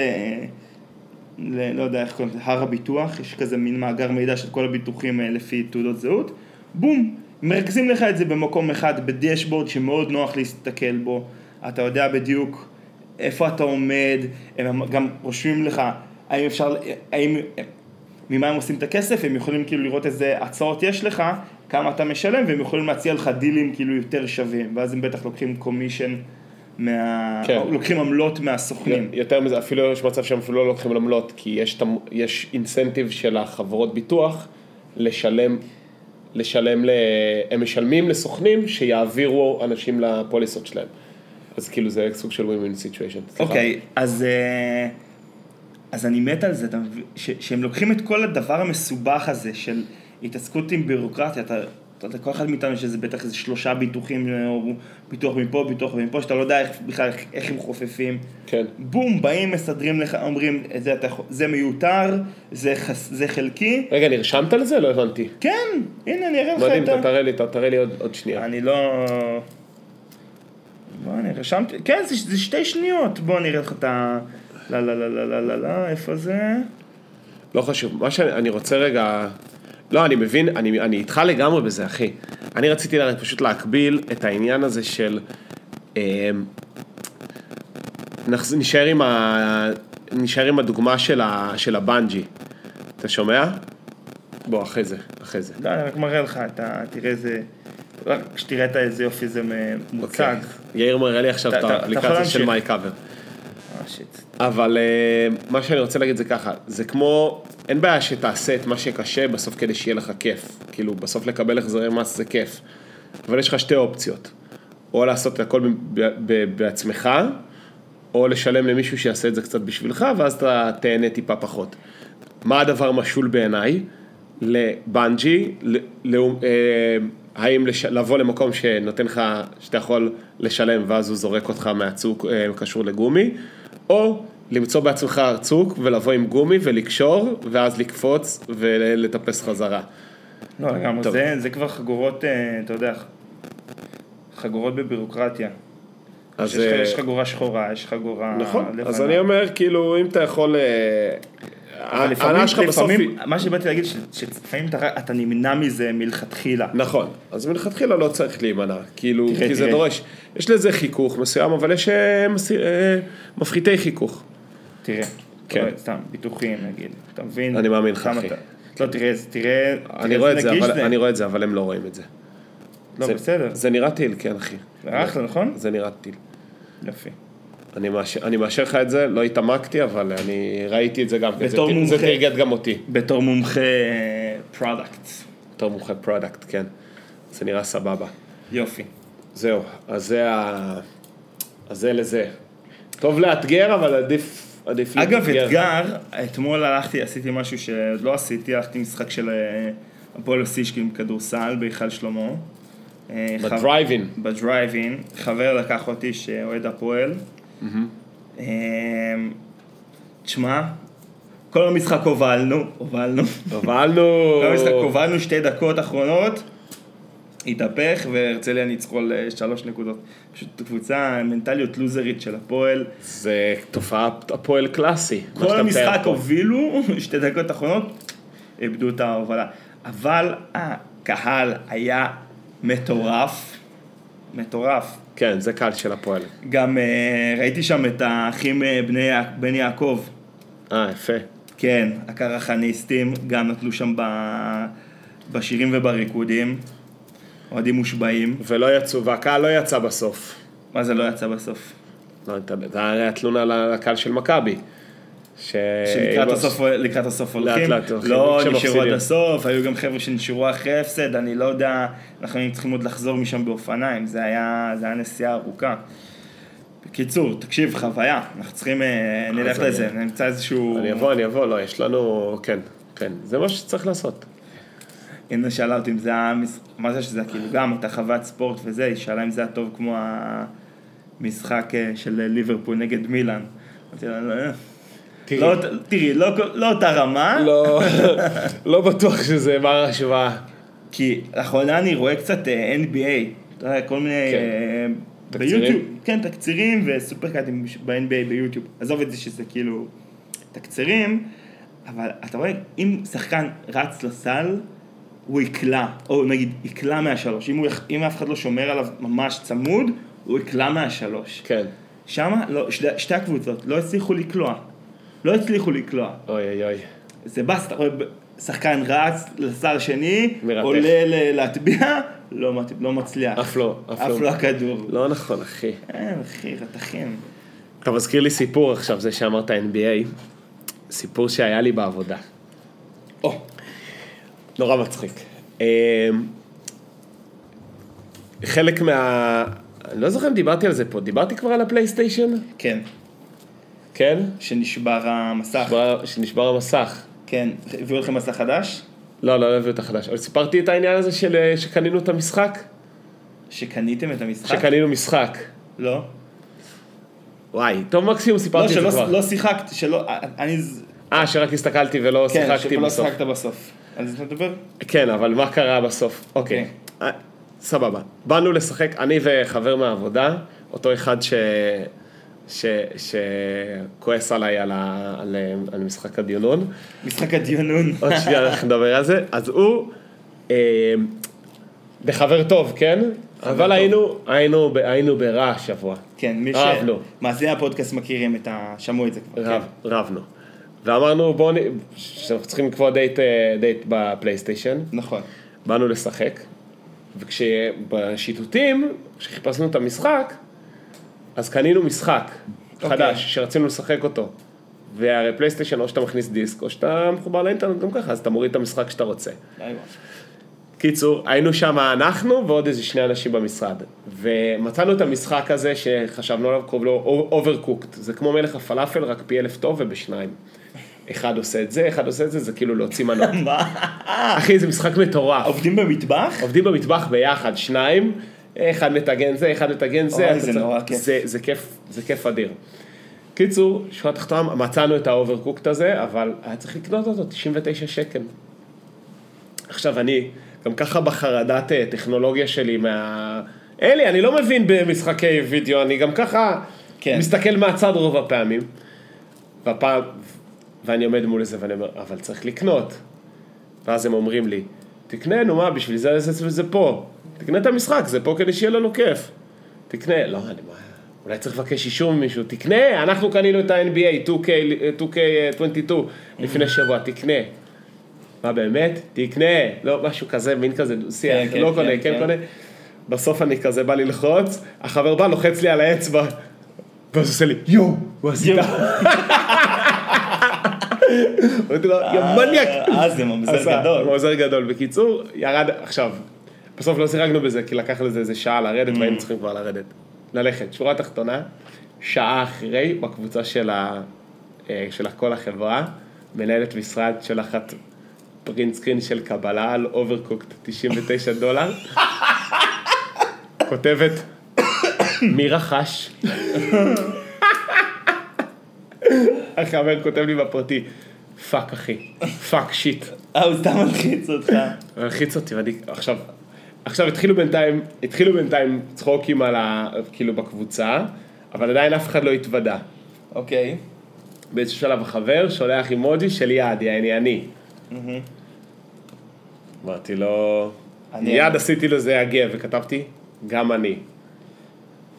[SPEAKER 1] ל... לא יודע איך קוראים לזה, הר הביטוח, יש כזה מין מאגר מידע של כל הביטוחים אה, לפי תעודות זהות, בום, מרכזים לך את זה במקום אחד, בדשבורד שמאוד נוח להסתכל בו, אתה יודע בדיוק איפה אתה עומד, הם אמ- גם רושמים לך, האם אפשר, האם, ממה הם עושים את הכסף, הם יכולים כאילו לראות איזה הצעות יש לך, כמה אתה משלם, והם יכולים להציע לך דילים כאילו יותר שווים, ואז הם בטח לוקחים קומישן, מה...
[SPEAKER 2] כן.
[SPEAKER 1] או לוקחים עמלות מהסוכנים.
[SPEAKER 2] יותר מזה, אפילו יש מצב שהם אפילו לא לוקחים עמלות, כי יש, תמ- יש אינסנטיב של החברות ביטוח לשלם, לשלם, ל... הם משלמים לסוכנים שיעבירו אנשים לפוליסות שלהם. אז כאילו זה סוג של win-win situation. סליחה.
[SPEAKER 1] אוקיי, אז, אה, אז אני מת על זה, אתה מבין? ש, שהם לוקחים את כל הדבר המסובך הזה של התעסקות עם בירוקרטיה, אתה, אתה יודע, כל אחד מאיתנו שזה בטח איזה שלושה ביטוחים, אה, או ביטוח מפה, ביטוח מפה, שאתה לא יודע איך, בכלל איך, איך הם חופפים.
[SPEAKER 2] כן.
[SPEAKER 1] בום, באים, מסדרים לך, אומרים, זה, אתה, יכול- זה מיותר, זה, חס, זה חלקי.
[SPEAKER 2] רגע, נרשמת לזה? לא הבנתי.
[SPEAKER 1] כן, הנה אני אראה לך
[SPEAKER 2] מדהים,
[SPEAKER 1] את ה...
[SPEAKER 2] לא אתה תראה לי, אתה תראה לי עוד, עוד שנייה.
[SPEAKER 1] אני לא... בוא, אני רשמתי... כן, זה, זה שתי שניות. בוא, אני אראה לך את ה... לא, לא, לא, לא, לא, לא, לא, איפה זה?
[SPEAKER 2] לא חשוב, מה שאני אני רוצה רגע... לא, אני מבין, אני, אני איתך לגמרי בזה, אחי. אני רציתי לה- פשוט להקביל את העניין הזה של... אה, נחז- נשאר עם, ה... נשאר עם הדוגמה של, ה... של הבנג'י. אתה שומע? בוא, אחרי זה, אחרי זה.
[SPEAKER 1] לא, אני רק מראה לך, אתה תראה איזה... רק שתראה את איזה יופי זה מ- מוצג.
[SPEAKER 2] יאיר מראה לי עכשיו
[SPEAKER 1] אתה-
[SPEAKER 2] את
[SPEAKER 1] אתה- אתה יכול
[SPEAKER 2] האפליקציה של מיי
[SPEAKER 1] להמשיך.
[SPEAKER 2] קאבר.
[SPEAKER 1] אה, שיט.
[SPEAKER 2] אבל אה, מה שאני רוצה להגיד זה ככה, זה כמו, אין בעיה שתעשה את מה שקשה בסוף כדי שיהיה לך כיף. כאילו, בסוף לקבל החזרי מס זה כיף. אבל יש לך שתי אופציות. או לעשות את הכל ב- ב- ב- בעצמך, או לשלם למישהו שיעשה את זה קצת בשבילך, ואז אתה תהנה טיפה פחות. מה הדבר משול בעיניי? לבנג'י, ל- לאו- אה, האם לש- לבוא למקום שנותן לך, שאתה יכול לשלם ואז הוא זורק אותך מהצוק אה, קשור לגומי, או למצוא בעצמך צוק ולבוא עם גומי ולקשור, ואז לקפוץ ולטפס חזרה.
[SPEAKER 1] לא, לגמרי.
[SPEAKER 2] טוב.
[SPEAKER 1] זה, זה כבר חגורות, אה, אתה יודע, חגורות בבירוקרטיה.
[SPEAKER 2] אז,
[SPEAKER 1] יש, לך- אה,
[SPEAKER 2] אה,
[SPEAKER 1] יש חגורה שחורה, יש חגורה
[SPEAKER 2] נכון,
[SPEAKER 1] לבנה.
[SPEAKER 2] אז אני אומר, כאילו, אם אתה יכול... אה,
[SPEAKER 1] אבל
[SPEAKER 2] ההנאה
[SPEAKER 1] לפעמים,
[SPEAKER 2] שלך בסוף
[SPEAKER 1] לפעמים,
[SPEAKER 2] היא-
[SPEAKER 1] מה שבאתי להגיד, ש- שלפעמים אתה, אתה נמנע מזה מלכתחילה.
[SPEAKER 2] נכון, אז מלכתחילה לא צריך להימנע, כאילו,
[SPEAKER 1] תראה,
[SPEAKER 2] כי זה
[SPEAKER 1] תראה.
[SPEAKER 2] דורש. יש לזה חיכוך מסוים, אבל יש אה, מס- אה, מפחיתי חיכוך.
[SPEAKER 1] תראה,
[SPEAKER 2] כן.
[SPEAKER 1] כן. סתם, ביטוחים נגיד, אתה מבין?
[SPEAKER 2] אני מאמין לך,
[SPEAKER 1] כמה
[SPEAKER 2] אחי.
[SPEAKER 1] אתה- לא, תראה, זה- תראה,
[SPEAKER 2] אני רואה את זה,
[SPEAKER 1] נגיש
[SPEAKER 2] אבל- אני רואה את זה, אבל הם לא רואים את זה.
[SPEAKER 1] לא,
[SPEAKER 2] זה-
[SPEAKER 1] בסדר,
[SPEAKER 2] זה נראה טיל, כן, אחי.
[SPEAKER 1] זה אחלה, נכון?
[SPEAKER 2] זה נראה טיל.
[SPEAKER 1] יופי.
[SPEAKER 2] אני מאשר- אני מאשר לך את זה, לא התעמקתי, אבל אני ראיתי את זה גם. כן. זה
[SPEAKER 1] בתור
[SPEAKER 2] ט- זה
[SPEAKER 1] מומחה.
[SPEAKER 2] תרגט גם אותי.
[SPEAKER 1] בתור מומחה אה, פרודקט.
[SPEAKER 2] בתור מומחה פרודקט, כן. זה נראה סבבה.
[SPEAKER 1] יופי.
[SPEAKER 2] זהו, אז זה ה... אז זה לזה. טוב לאתגר, אבל עדיף... עדיף
[SPEAKER 1] אגב,
[SPEAKER 2] לאתגר.
[SPEAKER 1] אתגר, אתמול הלכתי, עשיתי משהו שעוד לא עשיתי, הלכתי משחק של אה, הפועל אוסישקין בכדורסל בהיכל שלמה. אה, חב-
[SPEAKER 2] בדרייבין.
[SPEAKER 1] בדרייבין, חבר לקח אותי שאוהד הפועל. אמ, תשמע, כל המשחק הובלנו, הובלנו.
[SPEAKER 2] הובלנו...
[SPEAKER 1] כל המשחק הובלנו שתי דקות אחרונות, התהפך והרצליה ניצחו על אה, שלוש נקודות. פשוט קבוצה, מנטליות לוזרית של הפועל.
[SPEAKER 2] זה תופעה הפועל קלאסי. מה
[SPEAKER 1] כל
[SPEAKER 2] שאתה מתאר
[SPEAKER 1] המשחק
[SPEAKER 2] פה.
[SPEAKER 1] הובילו, [LAUGHS] שתי דקות אחרונות, איבדו את ההובלה. אבל אה, הקהל היה מטורף, מטורף.
[SPEAKER 2] כן, זה קהל של הפועל.
[SPEAKER 1] גם אה, ראיתי שם את האחים אה, בני, יע- בן יעקב,
[SPEAKER 2] אה, יפה.
[SPEAKER 1] כן, הקרחניסטים, גם נתנו שם ב, בשירים ובריקודים, אוהדים מושבעים,
[SPEAKER 2] ולא יצאו, והקהל לא יצא בסוף.
[SPEAKER 1] מה זה לא יצא בסוף?
[SPEAKER 2] לא, אתה- זה הרי התלונה לקהל של מכבי. ש...
[SPEAKER 1] שלקראת הסוף, לקראת הסוף הולכים,
[SPEAKER 2] אה, לאט הולכים,
[SPEAKER 1] לא
[SPEAKER 2] כשמפסידים.
[SPEAKER 1] נשארו עד הסוף, היו גם חבר'ה שנשארו אחרי הפסד, אני לא יודע, אנחנו היינו צריכים עוד לחזור משם באופניים, זה היה, זה היה נסיעה ארוכה. בקיצור, תקשיב, חוויה, אנחנו צריכים, אה, נלך
[SPEAKER 2] אני-
[SPEAKER 1] לזה, נמצא איזשהו...
[SPEAKER 2] אני אבוא, אני אבוא, לא, יש לנו... כן, כן. זה מה שצריך לעשות.
[SPEAKER 1] הנה שאלה אותי אם זה היה, מש- מה זה שזה היה כאילו גם אותה חוות ספורט וזה, היא שאלה אם זה היה טוב כמו המשחק אה, של ליברפול נגד מילאן. אמרתי לה, "לא,
[SPEAKER 2] תראי.
[SPEAKER 1] לא, אות- תראי, לא כל- לא אותה רמה,
[SPEAKER 2] לא, לא בטוח שזה בר השוואה.
[SPEAKER 1] כי לאחרונה אני רואה קצת אה, NBA, אתה יודע, כל מיני...
[SPEAKER 2] כן.
[SPEAKER 1] אה,
[SPEAKER 2] תקצירים?
[SPEAKER 1] ביוטיוב, כן, תקצירים וסופרקאטים ש- ב-NBA ביוטיוב. עזוב את זה שזה כאילו תקצירים, אבל אתה רואה, אם שחקן רץ לסל, הוא יקלע, או נגיד יקלע מהשלוש. אם, הוא, יח- אם אף אחד לא שומר עליו ממש צמוד, הוא יקלע מהשלוש.
[SPEAKER 2] כן.
[SPEAKER 1] שמה, לא, שתי, שתי הקבוצות לא הצליחו לקלוע. לא הצליחו לקלוע.
[SPEAKER 2] אוי אוי אוי.
[SPEAKER 1] זה באסה, רואה, שחקן רץ לשר שני,
[SPEAKER 2] מרתק.
[SPEAKER 1] עולה ל- להטביע, לא, מת- לא מצליח.
[SPEAKER 2] אף לא, אף לא.
[SPEAKER 1] לא הכדור.
[SPEAKER 2] לא נכון, אחי.
[SPEAKER 1] אין, אחי, רתכים.
[SPEAKER 2] אתה מזכיר לי סיפור עכשיו, זה שאמרת NBA. סיפור שהיה לי בעבודה.
[SPEAKER 1] או,
[SPEAKER 2] נורא מצחיק. אמ, חלק מה... אני לא זוכר אם דיברתי על זה פה. דיברתי כבר על הפלייסטיישן?
[SPEAKER 1] כן,
[SPEAKER 2] כן?
[SPEAKER 1] שנשבר המסך.
[SPEAKER 2] שנשבר- שנשבר המסך.
[SPEAKER 1] כן, הביאו לכם מסך חדש,
[SPEAKER 2] לא, לא, לא הביאו את החדש. אבל סיפרתי את העניין הזה של אה, שקנינו את המשחק?
[SPEAKER 1] אה? שקניתם את המשחק?
[SPEAKER 2] שקנינו משחק.
[SPEAKER 1] לא.
[SPEAKER 2] וואי, טוב מקסימום
[SPEAKER 1] לא,
[SPEAKER 2] סיפרתי את זה
[SPEAKER 1] שלא
[SPEAKER 2] כבר.
[SPEAKER 1] לא שיחקת, שלא, אני, ז-
[SPEAKER 2] אה, שרק הסתכלתי ולא
[SPEAKER 1] כן,
[SPEAKER 2] לא שיחקתי
[SPEAKER 1] שלא
[SPEAKER 2] בסוף.
[SPEAKER 1] שיחקת בסוף. אז אתה מדבר? כן.
[SPEAKER 2] כן, אבל מה קרה בסוף? אוקיי. אה, סבבה. באנו לשחק, אני וחבר מהעבודה, אותו אחד ש... ש... שכועס עליי על, ה... על... על משחק הדיונון.
[SPEAKER 1] משחק הדיונון.
[SPEAKER 2] עוד
[SPEAKER 1] [LAUGHS]
[SPEAKER 2] שנייה אנחנו נדבר על זה. אז הוא, אה, בחבר טוב, כן? אבל
[SPEAKER 1] טוב.
[SPEAKER 2] היינו, היינו, ב... היינו ברע השבוע.
[SPEAKER 1] כן, מי ש...
[SPEAKER 2] רבנו.
[SPEAKER 1] מאזיני הפודקאסט מכירים את ה... שמעו את זה כבר.
[SPEAKER 2] רב,
[SPEAKER 1] כן.
[SPEAKER 2] רבנו. ואמרנו, בואו, נ... שאנחנו צריכים לקבוע דייט, אה, דייט בפלייסטיישן.
[SPEAKER 1] נכון.
[SPEAKER 2] באנו לשחק, וכשבשיטוטים, כשחיפשנו את המשחק, אז קנינו משחק okay.
[SPEAKER 1] אוקיי.
[SPEAKER 2] חדש שרצינו לשחק אותו. והרי פלייסטיישן או שאתה מכניס דיסק או שאתה מחובר לאינטרנט גם ככה, אז אתה מוריד את המשחק שאתה רוצה.
[SPEAKER 1] די, וואו.
[SPEAKER 2] קיצור, היינו שם אנחנו ועוד איזה שני אנשים במשרד. ומצאנו את המשחק הזה שחשבנו עליו, קוראים לו אוברקוקט. זה כמו מלך הפלאפל, רק פי אלף טוב ובשניים. אחד עושה את זה, אחד עושה את זה, זה כאילו להוציא מנות.
[SPEAKER 1] [LAUGHS] מה?
[SPEAKER 2] אחי, זה משחק מטורף.
[SPEAKER 1] עובדים במטבח?
[SPEAKER 2] [LAUGHS] עובדים במטבח ביחד, שניים, אחד מטגן זה, אחד מטגן זה.
[SPEAKER 1] אוי,
[SPEAKER 2] אתה
[SPEAKER 1] זה
[SPEAKER 2] צריך-
[SPEAKER 1] נורא כיף.
[SPEAKER 2] זה, זה כיף, זה כיף אדיר. קיצור, שורה תחתונה, מצאנו את האוברקוקט הזה, אבל היה צריך לקנות אותו, 99 שקל. עכשיו, אני גם ככה בחרדת אה, טכנולוגיה שלי מה... אלי, אני לא מבין במשחקי וידאו, אני גם ככה
[SPEAKER 1] כן.
[SPEAKER 2] מסתכל מהצד רוב הפעמים. והפעם, ואני עומד מול זה ואני אומר, אבל צריך לקנות. ואז הם אומרים לי, תקנה, נו מה, בשביל זה זה, זה פה. תקנה את המשחק, זה פה כדי שיהיה לנו כיף. תקנה, לא, אני מה, אולי צריך לבקש אישור ממישהו, תקנה, אנחנו קנינו את ה-NBA 2K, 2K22 אה, לפני שבוע, תקנה. מה באמת? תקנה, לא, משהו כזה, מין כזה
[SPEAKER 1] כן,
[SPEAKER 2] דו-שיח,
[SPEAKER 1] כן,
[SPEAKER 2] לא
[SPEAKER 1] כן,
[SPEAKER 2] קונה, כן
[SPEAKER 1] כן.
[SPEAKER 2] קונה. בסוף אני כזה בא ללחוץ, החבר בא, לוחץ לי על האצבע, ואז עושה לי, יואו, הוא עשית.
[SPEAKER 1] יואו.
[SPEAKER 2] אמרתי לו, יא מניאק.
[SPEAKER 1] אה, זה ממזר
[SPEAKER 2] עשה,
[SPEAKER 1] גדול.
[SPEAKER 2] עוזר גדול. בקיצור, ירד, עכשיו, בסוף לא סירגנו בזה, כי לקח לזה איזה שעה לרדת, והיינו צריכים כבר לרדת. ללכת. שורה תחתונה, שעה אחרי, בקבוצה של, ה, אה, של כל החברה, מנהלת משרד שולחת פרינט סקרין של קבלה על אוברקוקט 99 דולר. כותבת, מי רכש? [LAUGHS] החבר כותב לי בפרטי, פאק אחי, פאק שיט.
[SPEAKER 1] אה, הוא סתם מלחיץ אותך.
[SPEAKER 2] מלחיץ אותי, ואני עכשיו, עכשיו התחילו בינתיים, התחילו בינתיים צחוקים על ה... כאילו בקבוצה, אבל עדיין אף אחד לא התוודה.
[SPEAKER 1] אוקיי.
[SPEAKER 2] באיזשהו שלב החבר שולח אימוג'י של יד, יעני אני. אמרתי לו,
[SPEAKER 1] אני-
[SPEAKER 2] מיד עשיתי לו זה הגב, וכתבתי, גם אני.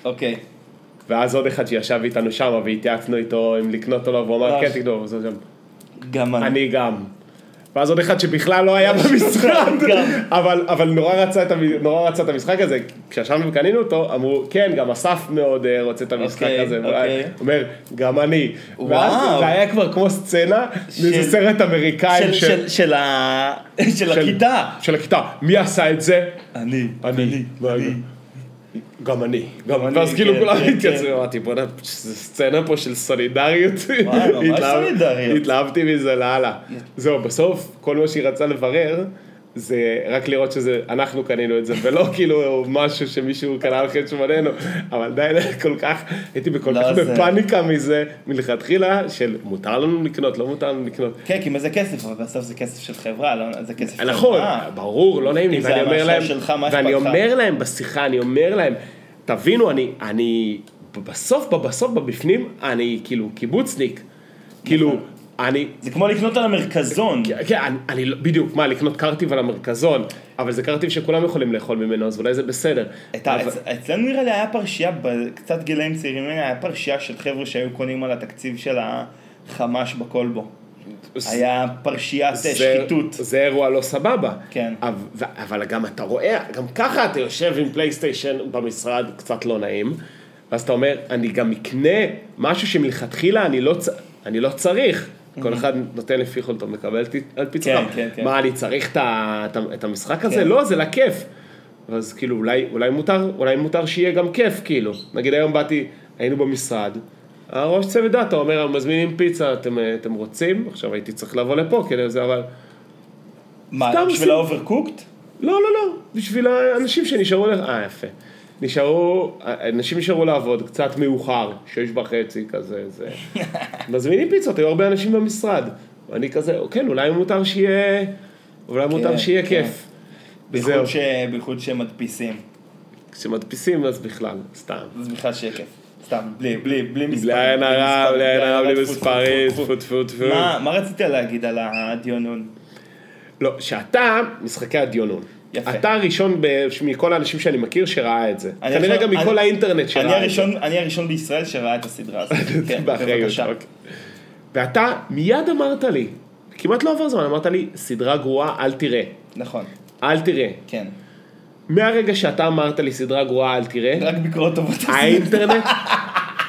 [SPEAKER 1] אוקיי.
[SPEAKER 2] ואז עוד אחד שישב איתנו שם, והתייעצנו איתו אם לקנות או לא, והוא אמר,
[SPEAKER 1] אה,
[SPEAKER 2] כן תקנות, וזה גם,
[SPEAKER 1] גם אני.
[SPEAKER 2] אני גם. ואז עוד אחד שבכלל לא היה במשרד,
[SPEAKER 1] [LAUGHS] גם.
[SPEAKER 2] אבל, אבל נורא, רצה את המ... נורא רצה את המשחק הזה, כשישבנו וקנינו אותו, אמרו, כן, גם אסף מאוד אה, רוצה את המשחק
[SPEAKER 1] אוקיי,
[SPEAKER 2] הזה,
[SPEAKER 1] אוקיי.
[SPEAKER 2] הוא אומר, גם אני. ואז
[SPEAKER 1] וואו.
[SPEAKER 2] זה היה כבר כמו סצנה
[SPEAKER 1] של-
[SPEAKER 2] מאיזה סרט אמריקאי
[SPEAKER 1] של-
[SPEAKER 2] של-
[SPEAKER 1] של- של ה- [LAUGHS] של
[SPEAKER 2] של-
[SPEAKER 1] הכיתה.
[SPEAKER 2] של הכיתה, מי עשה את זה?
[SPEAKER 1] אני.
[SPEAKER 2] אני,
[SPEAKER 1] אני.
[SPEAKER 2] גם אני, גם אני,
[SPEAKER 1] אני,
[SPEAKER 2] ואז כאילו
[SPEAKER 1] כן,
[SPEAKER 2] כולם
[SPEAKER 1] כן,
[SPEAKER 2] התייצרו,
[SPEAKER 1] כן.
[SPEAKER 2] אמרתי בוא'נה, זו סצנה פה של סולידריות,
[SPEAKER 1] וואי, ממש
[SPEAKER 2] התלהב-
[SPEAKER 1] סולידריות. כן.
[SPEAKER 2] התלהבתי מזה לאללה, זהו בסוף כל מה שהיא רצה לברר זה רק לראות שזה, אנחנו קנינו את זה ולא [LAUGHS] כאילו משהו שמישהו קנה על חטא שמוננו, אבל עדיין כל כך, הייתי בכל
[SPEAKER 1] לא,
[SPEAKER 2] כך
[SPEAKER 1] זה-
[SPEAKER 2] בפאניקה מזה מלכתחילה של מותר לנו לקנות, לא מותר לנו לקנות,
[SPEAKER 1] כן, כי מה זה כסף? אבל בסוף זה כסף של חברה, לא? זה כסף של
[SPEAKER 2] נכון,
[SPEAKER 1] חברה.
[SPEAKER 2] ברור, לא נעים לי,
[SPEAKER 1] אם זה
[SPEAKER 2] ואני
[SPEAKER 1] המשהו
[SPEAKER 2] אומר להם,
[SPEAKER 1] שלך, מה אכפת
[SPEAKER 2] ואני
[SPEAKER 1] לך?
[SPEAKER 2] אומר להם בשיחה, אני אומר להם, תבינו, אני, אני, בסוף, בסוף, בבפנים, אני כאילו קיבוצניק, כאילו, אני,
[SPEAKER 1] זה כמו לקנות על המרכזון.
[SPEAKER 2] כן, אני, אני, לא- בדיוק, מה, לקנות קרטיב על המרכזון, אבל זה קרטיב שכולם יכולים לאכול ממנו, אז אולי זה בסדר.
[SPEAKER 1] הייתה-
[SPEAKER 2] אבל-
[SPEAKER 1] אצ- אצלנו נראה לי היה פרשייה, ב- קצת גילאים צעירים ממני, היה פרשייה של חבר'ה שהיו קונים על התקציב של החמש בקולבו. היה פרשיית
[SPEAKER 2] זה-
[SPEAKER 1] שחיתות.
[SPEAKER 2] זה אירוע לא סבבה.
[SPEAKER 1] כן.
[SPEAKER 2] אבל, אבל גם אתה רואה, גם ככה אתה יושב עם פלייסטיישן במשרד, קצת לא נעים, ואז אתה אומר, אני גם אקנה משהו שמלכתחילה אני לא, צ... אני לא צריך. כל אחד נותן לפי יכולתו, מקבל ת- על פי צורך.
[SPEAKER 1] כן, כן.
[SPEAKER 2] מה, אני צריך את, ה- את ה- את המשחק הזה?
[SPEAKER 1] כן.
[SPEAKER 2] לא, זה לכיף. אז כאילו, אולי, אולי, מותר, אולי מותר שיהיה גם כיף, כאילו. נגיד היום באתי, היינו במשרד, הראש צוות דאטה אומר, מזמינים פיצה, אתם, אה, אתם רוצים? עכשיו הייתי צריך לבוא לפה, כאילו זה, אבל...
[SPEAKER 1] מה,
[SPEAKER 2] סתם
[SPEAKER 1] בשביל
[SPEAKER 2] עושים-
[SPEAKER 1] האוברקוקט?
[SPEAKER 2] לא, לא, לא, בשביל האנשים שנשארו, ל- אה, יפה. נשארו, אנשים נשארו לעבוד קצת מאוחר, שש וחצי כזה,
[SPEAKER 1] [LAUGHS]
[SPEAKER 2] זה. מזמינים פיצות, היו הרבה אנשים במשרד. ואני כזה, כן, אולי מותר שיהיה, אולי מותר שיהיה
[SPEAKER 1] כן.
[SPEAKER 2] כיף. זהו,
[SPEAKER 1] בייחוד ש- בייחוד שמדפיסים.
[SPEAKER 2] כשמדפיסים אז בכלל, סתם.
[SPEAKER 1] זה בכלל שקף. סתם, בלי, בלי, בלי מספרים.
[SPEAKER 2] בלי עין הרע,
[SPEAKER 1] מספרים,
[SPEAKER 2] בלי עין הרע, בלי
[SPEAKER 1] טפו, טפו,
[SPEAKER 2] מספרים,
[SPEAKER 1] טפו,
[SPEAKER 2] טפו
[SPEAKER 1] טפו.
[SPEAKER 2] טפו טפו.
[SPEAKER 1] מה מה רצית להגיד על הדיונון?
[SPEAKER 2] לא, שאתה, משחקי הדיונון.
[SPEAKER 1] יפה.
[SPEAKER 2] אתה הראשון ב- מכל האנשים שאני מכיר שראה את זה.
[SPEAKER 1] אני
[SPEAKER 2] כנראה גם
[SPEAKER 1] הראשון-
[SPEAKER 2] מכל
[SPEAKER 1] אני-
[SPEAKER 2] האינטרנט שראה את
[SPEAKER 1] אני
[SPEAKER 2] זה.
[SPEAKER 1] הראשון- אני הראשון בישראל שראה את הסדרה
[SPEAKER 2] [LAUGHS]
[SPEAKER 1] הזאת. כן,
[SPEAKER 2] באחריות,
[SPEAKER 1] בבקשה.
[SPEAKER 2] אוקיי. ואתה מיד אמרת לי, כמעט לא עבר זמן, אמרת לי, סדרה גרועה, אל תראה.
[SPEAKER 1] נכון,
[SPEAKER 2] אל תראה.
[SPEAKER 1] כן.
[SPEAKER 2] מהרגע שאתה אמרת לי סדרה גרועה, אל
[SPEAKER 1] [LAUGHS]
[SPEAKER 2] תראה,
[SPEAKER 1] רק ביקורות טובות.
[SPEAKER 2] האינטרנט,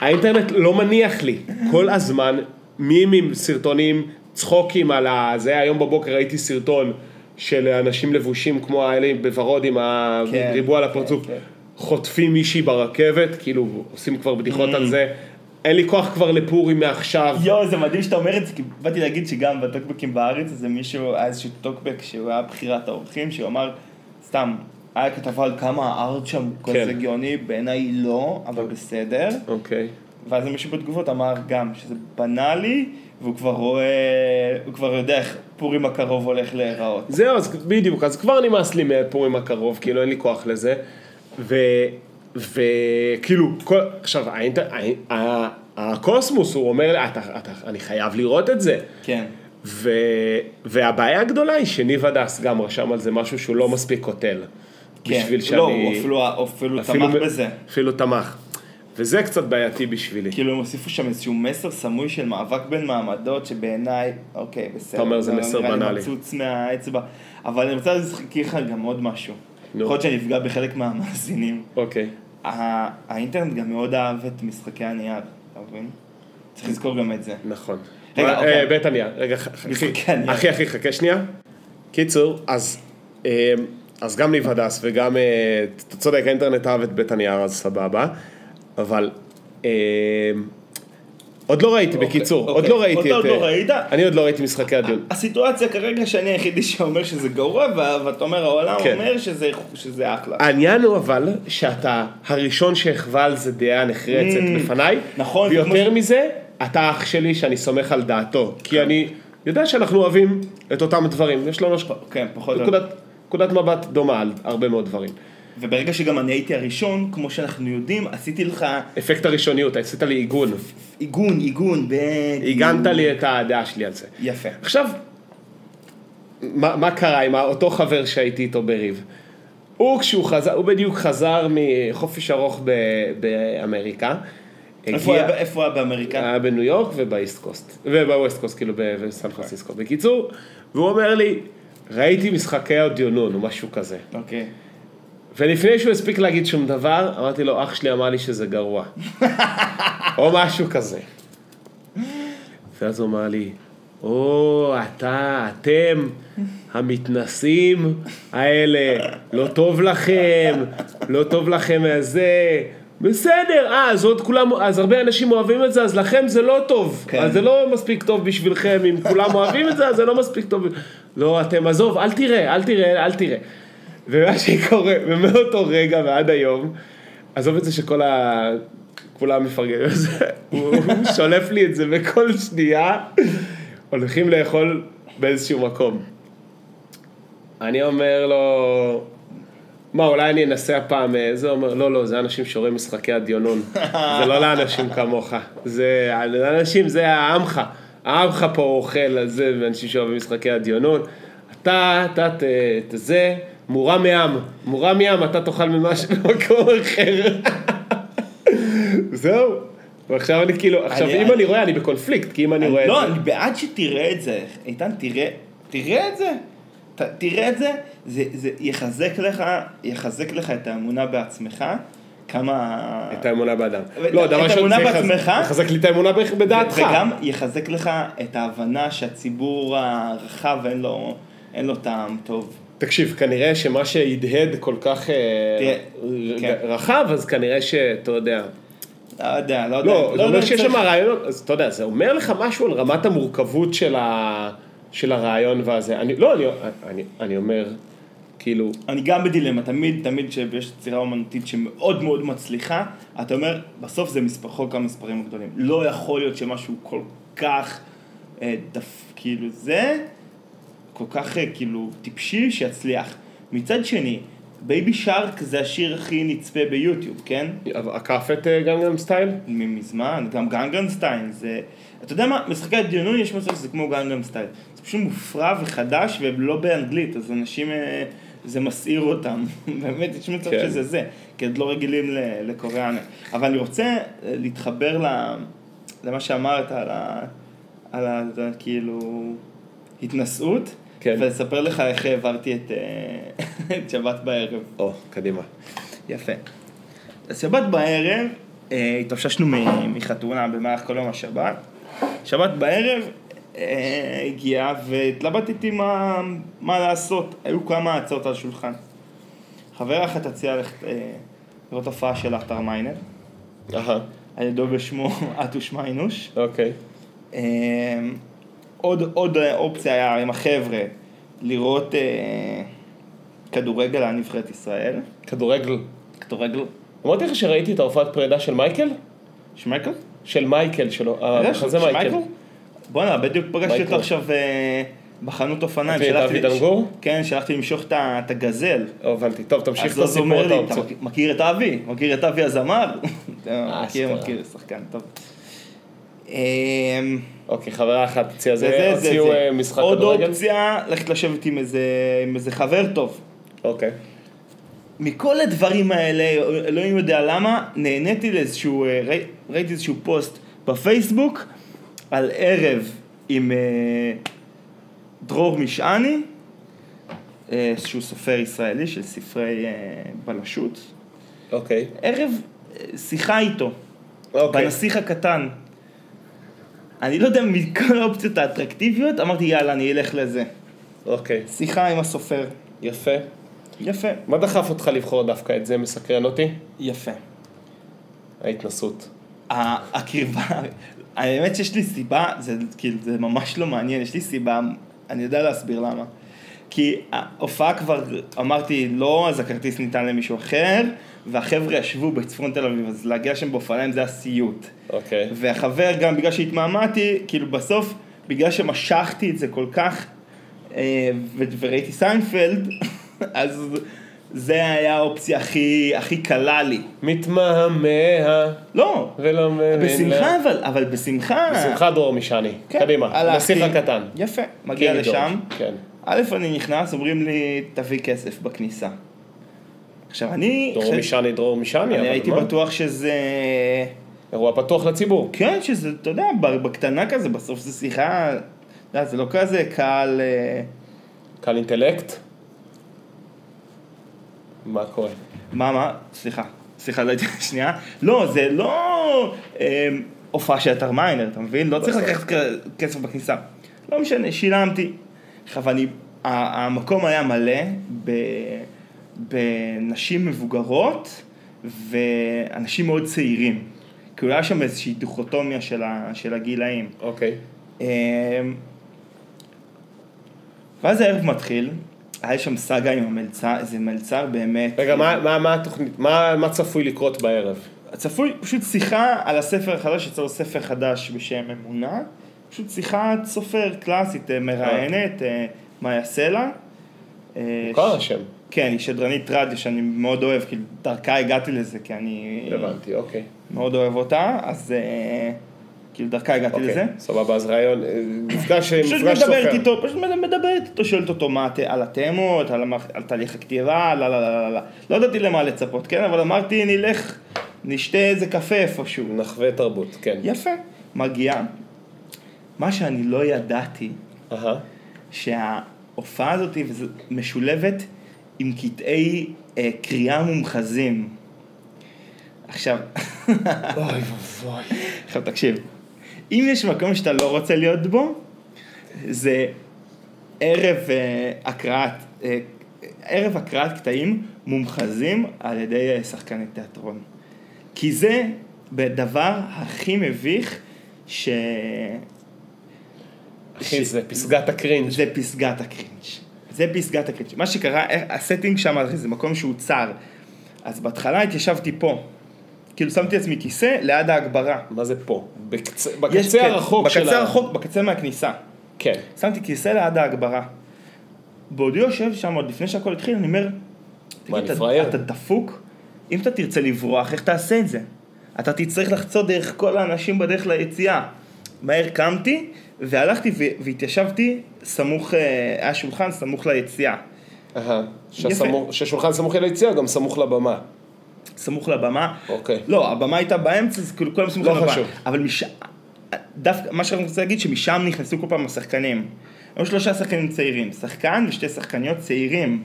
[SPEAKER 2] האינטרנט לא מניח לי. כל הזמן מימים, סרטונים, צחוקים על ה... זה היום בבוקר ראיתי סרטון של אנשים לבושים כמו האלה בוורוד עם
[SPEAKER 1] כן,
[SPEAKER 2] הריבוע על הפרצוף.
[SPEAKER 1] כן, כן.
[SPEAKER 2] חוטפים מישהי ברכבת, כאילו עושים כבר בדיחות
[SPEAKER 1] Mm.
[SPEAKER 2] על זה. אין לי כוח כבר לפורים מעכשיו.
[SPEAKER 1] [LAUGHS] יואו, זה מדהים שאתה אומר את זה, כי באתי להגיד שגם בטוקבקים בארץ, אז מישהו, היה איזשהו טוקבק שהוא היה בחירת האורחים, שהוא אמר, סתם, היה כתבה על כמה הארט שם הוא
[SPEAKER 2] כן.
[SPEAKER 1] כזה גאוני, בעיניי לא, אבל בסדר.
[SPEAKER 2] אוקיי.
[SPEAKER 1] ואז מישהו בתגובות אמר גם שזה בנאלי, והוא כבר רואה, הוא כבר יודע איך פורים הקרוב הולך להיראות.
[SPEAKER 2] זהו, אז בדיוק, אז כבר נמאס לי מהפורים הקרוב, כאילו אין לי כוח לזה. ו... וכאילו, כל... עכשיו, האינט... ה- ה- הקוסמוס, הוא אומר, לי, אתה, אתה, אני חייב לראות את זה.
[SPEAKER 1] כן.
[SPEAKER 2] ו... והבעיה הגדולה היא שניב הדס גם רשם על זה משהו שהוא לא מספיק קוטל.
[SPEAKER 1] כן.
[SPEAKER 2] בשביל שאני...
[SPEAKER 1] לא, הוא אפילו, הוא אפילו תמך
[SPEAKER 2] מ-
[SPEAKER 1] בזה.
[SPEAKER 2] אפילו תמך. וזה קצת בעייתי בשבילי.
[SPEAKER 1] כאילו הם הוסיפו שם איזשהו מסר סמוי של מאבק בין מעמדות, שבעיניי, אוקיי, בסדר.
[SPEAKER 2] אתה אומר, זה
[SPEAKER 1] לא
[SPEAKER 2] מסר
[SPEAKER 1] נראה לי
[SPEAKER 2] בנאלי.
[SPEAKER 1] מצוץ מהאצבע. אבל אני רוצה להזכיר לך גם עוד משהו.
[SPEAKER 2] נו.
[SPEAKER 1] יכול להיות שאני אפגע בחלק מהמאזינים.
[SPEAKER 2] אוקיי.
[SPEAKER 1] הא- האינטרנט גם מאוד אהב את משחקי הנייר, אתה מבין? צריך לזכור גם את זה.
[SPEAKER 2] נכון.
[SPEAKER 1] רגע,
[SPEAKER 2] אה,
[SPEAKER 1] אוקיי.
[SPEAKER 2] אה, בית הנייר, רגע, ח- אחי,
[SPEAKER 1] משחקי הנייר.
[SPEAKER 2] אחי, אחי, חכה שנייה. קיצור, אז, אה, אז גם ניב הדס וגם, אה, אתה צודק, האינטרנט אהב את בית הנייר, אז סבבה, אבל אה, עוד לא ראיתי, בקיצור, עוד
[SPEAKER 1] אוקיי.
[SPEAKER 2] לא ראיתי
[SPEAKER 1] עוד
[SPEAKER 2] את...
[SPEAKER 1] לא
[SPEAKER 2] אה,
[SPEAKER 1] ראית?
[SPEAKER 2] אני עוד לא ראיתי משחקי הדיון.
[SPEAKER 1] הסיטואציה כרגע שאני היחידי שאומר שזה גרוע, וה- ואתה אומר העולם
[SPEAKER 2] כן.
[SPEAKER 1] אומר שזה- שזה אחלה.
[SPEAKER 2] העניין הוא אבל שאתה הראשון שהחווה על זה דעה נחרצת
[SPEAKER 1] Mm,
[SPEAKER 2] בפניי,
[SPEAKER 1] נכון, זה
[SPEAKER 2] ויותר
[SPEAKER 1] כמו כן.
[SPEAKER 2] מזה, אתה אח שלי שאני סומך על דעתו, כי אני יודע שאנחנו אוהבים את אותם דברים, יש לנו השפעה.
[SPEAKER 1] כן, פחות או
[SPEAKER 2] נקודת, נקודת מבט דומה על הרבה מאוד דברים.
[SPEAKER 1] וברגע שגם אני הייתי הראשון, כמו שאנחנו יודעים, עשיתי לך
[SPEAKER 2] אפקט הראשוניות, עשית לי עיגון,
[SPEAKER 1] עיגון, עיגון, בדיוק.
[SPEAKER 2] עיגנת לי את הדעה שלי על זה.
[SPEAKER 1] יפה.
[SPEAKER 2] עכשיו, מה, מה קרה עם אותו חבר שהייתי איתו בריב? הוא כשהוא חזר, הוא בדיוק חזר מחופש ארוך ב, באמריקה.
[SPEAKER 1] איפה הוא
[SPEAKER 2] הגיע-
[SPEAKER 1] היה- איפה הוא היה באמריקה?
[SPEAKER 2] היה בניו יורק ובאיסט קוסט, ובווסט קוסט, כאילו ב- בסן פרנסיסקו. בקיצור, והוא אומר לי, ראיתי משחקי הדיונון או משהו כזה.
[SPEAKER 1] אוקיי.
[SPEAKER 2] ולפני שהוא הספיק להגיד שום דבר, אמרתי לו, אח שלי אמר לי שזה גרוע. או משהו כזה. ואז הוא אמר לי, או, אתה, אתם, המתנסים האלה, לא טוב לכם, לא טוב לכם מהזה. בסדר, אה, אז עוד כולם, אז הרבה אנשים אוהבים את זה, אז לכם זה לא טוב.
[SPEAKER 1] כן.
[SPEAKER 2] אז זה לא מספיק טוב בשבילכם, אם כולם אוהבים את זה, אז זה לא מספיק טוב. לא, אתם, עזוב, אל תראה, אל תראה, אל תראה. ומה שקורה, ומאותו רגע ועד היום, עזוב את זה שכל ה... כולם מפרגנים על זה, הוא הוא שולף לי את זה בכל שנייה, הולכים לאכול באיזשהו מקום. אני אומר לו, מה, אולי אני אנסה הפעם, אה, זה אומר, לא, לא, זה אנשים שרואים משחקי הדיונון. זה לא לאנשים כמוך. זה, לאנשים, זה העמך. העמך פה אוכל על זה, ואנשים שאוהבים משחקי הדיונון. אתה, אתה, ת, ת, זה, מורם מעם, מורם מעם, אתה תאכל ממה שבמקום אחר. זהו. ועכשיו אני כאילו, עכשיו
[SPEAKER 1] אני-
[SPEAKER 2] אם אני רואה, אני בקונפליקט, כי אם אני רואה... את
[SPEAKER 1] לא,
[SPEAKER 2] זה-
[SPEAKER 1] אני בעד שתראה את זה, איתן, תראה, תראה את זה. ת, תראה את זה, זה, זה יחזק לך, יחזק לך את האמונה בעצמך, כמה...
[SPEAKER 2] את האמונה באדם.
[SPEAKER 1] ואת-
[SPEAKER 2] לא,
[SPEAKER 1] את
[SPEAKER 2] דבר ראשון,
[SPEAKER 1] האמונה
[SPEAKER 2] זה יחז-
[SPEAKER 1] בעצמך?
[SPEAKER 2] יחזק לי את האמונה ב- בדעתך.
[SPEAKER 1] וגם יחזק לך את ההבנה שהציבור הרחב אין לו, אין לו טעם טוב.
[SPEAKER 2] תקשיב, כנראה שמה שהדהד כל כך אה,
[SPEAKER 1] תראה,
[SPEAKER 2] ר-
[SPEAKER 1] כן.
[SPEAKER 2] רחב, אז כנראה שאתה יודע.
[SPEAKER 1] לא יודע, לא יודע.
[SPEAKER 2] לא, זה
[SPEAKER 1] יודע
[SPEAKER 2] אומר
[SPEAKER 1] אם
[SPEAKER 2] שיש
[SPEAKER 1] צריך-
[SPEAKER 2] שם רעיונות, אז אתה יודע, זה אומר לך משהו על רמת המורכבות של ה- של הרעיון והזה. אני, לא, אני- אני- אני אומר, כאילו,
[SPEAKER 1] אני גם בדילמה, תמיד, תמיד כשיש יצירה אומנותית שמאוד מאוד מצליחה, אתה אומר, בסוף זה מספר, חוק המספרים הגדולים. לא יכול להיות שמשהו כל כך אה, דף, כאילו זה, כל כך אה, כאילו טיפשי שיצליח. מצד שני, בייבי שרק זה השיר הכי נצפה ביוטיוב, כן?
[SPEAKER 2] עקף את אה, גנגנם סטייל?
[SPEAKER 1] מזמן, גם גנגן סטיין, זה... אתה יודע מה, משחקי הדיונון יש מצב שזה כמו גנגן סטיין. זה פשוט מופרע וחדש ולא באנגלית, אז אנשים, אה, זה מסעיר אותם. [LAUGHS] באמת, יש מצב
[SPEAKER 2] כן.
[SPEAKER 1] שזה זה, כי עוד לא רגילים ל- לקוריאנה. אבל אני רוצה אה, להתחבר ל- למה שאמרת על ה... על ה... זה כאילו... התנשאות,
[SPEAKER 2] כן.
[SPEAKER 1] ולספר לך איך העברתי את, אה, [LAUGHS] את שבת בערב.
[SPEAKER 2] או, קדימה.
[SPEAKER 1] יפה. אז שבת בערב, אה, התאוששנו מ- מחתונה במהלך כל יום השבת. שבת בערב אה, הגיעה והתלבטתי מה, מה לעשות. היו כמה הצעות על השולחן. חברה אחת הציעה ללכת, אה, לראות הופעה של אתר מיינר,
[SPEAKER 2] אהה,
[SPEAKER 1] על ידו בשמו [LAUGHS] אטוש מיינוש.
[SPEAKER 2] אוקיי.
[SPEAKER 1] אמ, עוד, עוד אה, אופציה היה עם החבר'ה לראות אה, כדורגל על נבחרת ישראל.
[SPEAKER 2] כדורגל.
[SPEAKER 1] כדורגל.
[SPEAKER 2] אמרתי לך שראיתי את ההופעת פרידה של מייקל?
[SPEAKER 1] שמייקל?
[SPEAKER 2] של מייקל שלו,
[SPEAKER 1] אתה יודע,
[SPEAKER 2] המחזה אה, מייקל.
[SPEAKER 1] שמייקל? בואנה, בדיוק פגשתי
[SPEAKER 2] מייקל. אוקיי,
[SPEAKER 1] אותו עכשיו אה, בחנות אופניים.
[SPEAKER 2] ואת
[SPEAKER 1] שלחתי-
[SPEAKER 2] אבי דנגור?
[SPEAKER 1] כן, שלחתי למשוך את ה- את הגזל.
[SPEAKER 2] לא הבנתי. טוב, תמשיך
[SPEAKER 1] אז
[SPEAKER 2] את
[SPEAKER 1] אז הוא
[SPEAKER 2] הסיפור,
[SPEAKER 1] אומר
[SPEAKER 2] אתה
[SPEAKER 1] לי, אתה
[SPEAKER 2] רוצה.
[SPEAKER 1] מכיר- מכיר את אבי? מכיר את אבי הזמר? [LAUGHS] אתה מכיר,
[SPEAKER 2] אשכרה.
[SPEAKER 1] מכיר, שחקן טוב. אמ,
[SPEAKER 2] אוקיי, חברה אחת הציעה זה, הוציאו אה, משחק
[SPEAKER 1] עוד
[SPEAKER 2] כדורגל.
[SPEAKER 1] אופציה, ללכת לשבת עם איזה, עם איזה חבר טוב.
[SPEAKER 2] אוקיי.
[SPEAKER 1] מכל הדברים האלה, אלוהים יודע למה, נהניתי לאיזשהו, אה, ראי- ראיתי איזשהו פוסט בפייסבוק על ערב עם אה, דרור משעני, אה, שהוא סופר ישראלי של ספרי אה, בלשות,
[SPEAKER 2] אוקיי.
[SPEAKER 1] ערב אה, שיחה איתו,
[SPEAKER 2] אוקיי.
[SPEAKER 1] בנסיך הקטן. אני לא יודע מכל האופציות האטרקטיביות, אמרתי יאללה אני אלך לזה.
[SPEAKER 2] אוקיי.
[SPEAKER 1] שיחה עם הסופר.
[SPEAKER 2] יפה.
[SPEAKER 1] יפה.
[SPEAKER 2] מה דחף אותך לבחור דווקא את זה? מסקרן אותי?
[SPEAKER 1] יפה.
[SPEAKER 2] ההתנסות.
[SPEAKER 1] ה- הקרבה, האמת שיש לי סיבה, זה כאילו, זה ממש לא מעניין, יש לי סיבה, אני יודע להסביר למה. כי ההופעה כבר, אמרתי לא, אז הכרטיס ניתן למישהו אחר, והחבר'ה ישבו בצפון תל אביב, אז להגיע שם באופניים זה הסיוט.
[SPEAKER 2] אוקיי.
[SPEAKER 1] והחבר גם בגלל שהתמהמהתי, כאילו בסוף, בגלל שמשכתי את זה כל כך, אה, ו- וראיתי סיינפלד, [LAUGHS] אז זה היה האופציה הכי, הכי קלה לי.
[SPEAKER 2] מתמהמה
[SPEAKER 1] לא,
[SPEAKER 2] ולא מבין.
[SPEAKER 1] בשמחה
[SPEAKER 2] לה.
[SPEAKER 1] אבל, אבל בשמחה.
[SPEAKER 2] בשמחה דרור משני.
[SPEAKER 1] כן,
[SPEAKER 2] קדימה.
[SPEAKER 1] הלכתי.
[SPEAKER 2] נסיך הקטן.
[SPEAKER 1] יפה, מגיע
[SPEAKER 2] קינג דור.
[SPEAKER 1] לשם.
[SPEAKER 2] כן.
[SPEAKER 1] א', אני נכנס, אומרים לי, תביא כסף בכניסה. עכשיו, אני...
[SPEAKER 2] דרור
[SPEAKER 1] חשב-
[SPEAKER 2] משני, דרור משני.
[SPEAKER 1] אני
[SPEAKER 2] אבל
[SPEAKER 1] הייתי
[SPEAKER 2] מה?
[SPEAKER 1] בטוח שזה...
[SPEAKER 2] אירוע פתוח לציבור.
[SPEAKER 1] כן, שזה, אתה יודע, ב- בקטנה כזה, בסוף זה שיחה... אתה יודע, זה לא כזה קהל... אה,
[SPEAKER 2] קל אינטלקט. מה קורה?
[SPEAKER 1] מה, מה? סליחה. סליחה, לא הייתי... [LAUGHS] שנייה. לא, זה לא אה, הופעה של אתר מיינר, אתה מבין? לא צריך
[SPEAKER 2] בסדר.
[SPEAKER 1] לקחת כ- כסף בכניסה. לא משנה, שילמתי. עכשיו, אני... ה- המקום היה מלא ב... בנשים מבוגרות ואנשים מאוד צעירים. כאילו היה שם איזושהי דיכוטומיה של, ה... של הגילאים.
[SPEAKER 2] אוקיי.
[SPEAKER 1] אמ, ואז הערב מתחיל, היה שם סאגה עם המלצר, איזה מלצר באמת.
[SPEAKER 2] רגע, מה- מה- מה התוכנית? מה מה צפוי לקרות בערב?
[SPEAKER 1] צפוי פשוט שיחה על הספר החדש, יצא לו ספר חדש בשם אמונה, פשוט שיחת סופר קלאסית, אה, מראיינת, אה, מאיה סלע. אה,
[SPEAKER 2] מוכר
[SPEAKER 1] ש-
[SPEAKER 2] השם.
[SPEAKER 1] כן, היא שדרנית רדיו שאני מאוד אוהב, כאילו דרכה הגעתי לזה, כי אני
[SPEAKER 2] הבנתי, אוקיי.
[SPEAKER 1] מאוד אוהב אותה, אז אה, כאילו דרכה הגעתי לזה.
[SPEAKER 2] אוקיי, סבבה, אז רעיון, אה, מפגש אה,
[SPEAKER 1] פשוט
[SPEAKER 2] מפגש סופר.
[SPEAKER 1] מדברת איתו, פשוט מד- מדברת איתו, שואלת אותו מה, הת- על התמות, על, המח- על תהליך הכתיבה, לא, לא, לא, לא, לא. לא ידעתי למה לצפות, כן? אבל אמרתי, נלך, נשתה איזה קפה איפשהו.
[SPEAKER 2] נחווה תרבות, כן.
[SPEAKER 1] יפה, מגיעה. מה שאני לא ידעתי,
[SPEAKER 2] אהה.
[SPEAKER 1] שההופעה הזאת וזה- משולבת עם קטעי אה, קריאה מומחזים. עכשיו, [LAUGHS]
[SPEAKER 2] אוי ואבוי.
[SPEAKER 1] עכשיו תקשיב, אם יש מקום שאתה לא רוצה להיות בו, זה ערב אה, הקראת, אה, ערב הקראת קטעים מומחזים על ידי אה, שחקני תיאטרון. כי זה הדבר הכי מביך ש...
[SPEAKER 2] אחי,
[SPEAKER 1] ש-
[SPEAKER 2] זה פסגת הקרינג'.
[SPEAKER 1] זה פסגת הקרינג'. זה פסגת הקרינג'. מה שקרה, איך- הסטינג שם, אחי, זה מקום שהוא צר. אז בהתחלה התיישבתי פה. כאילו שמתי לעצמי כיסא ליד ההגברה.
[SPEAKER 2] מה זה פה? בקצה-
[SPEAKER 1] יש-
[SPEAKER 2] בקצה
[SPEAKER 1] כן,
[SPEAKER 2] הרחוק של ה...
[SPEAKER 1] בקצה הרחוק, בקצה מהכניסה.
[SPEAKER 2] כן.
[SPEAKER 1] שמתי כיסא ליד ההגברה. בעודי יושב שם, עוד לפני שהכל התחיל, אני אומר,
[SPEAKER 2] מה,
[SPEAKER 1] תגיד,
[SPEAKER 2] אני
[SPEAKER 1] אתה-
[SPEAKER 2] פראייר?"
[SPEAKER 1] אתה דפוק? אם אתה תרצה לברוח, איך תעשה את זה? אתה תצטרך לחצות דרך כל האנשים בדרך ליציאה. מהר קמתי, והלכתי ו- והתיישבתי סמוך, אה, היה שולחן סמוך ליציאה.
[SPEAKER 2] אהה. שהסמוך- ששולחן סמוך אל היציאה, גם סמוך לבמה.
[SPEAKER 1] סמוך לבמה.
[SPEAKER 2] אוקיי.
[SPEAKER 1] לא, הבמה הייתה באמצע, אז כאילו כולם סמוך
[SPEAKER 2] לא
[SPEAKER 1] לבמה.
[SPEAKER 2] חשוב.
[SPEAKER 1] אבל משם, דווקא, מה שאני רוצה להגיד, שמשם נכנסו כל פעם השחקנים. היו שלושה שחקנים צעירים, שחקן ושתי שחקניות צעירים,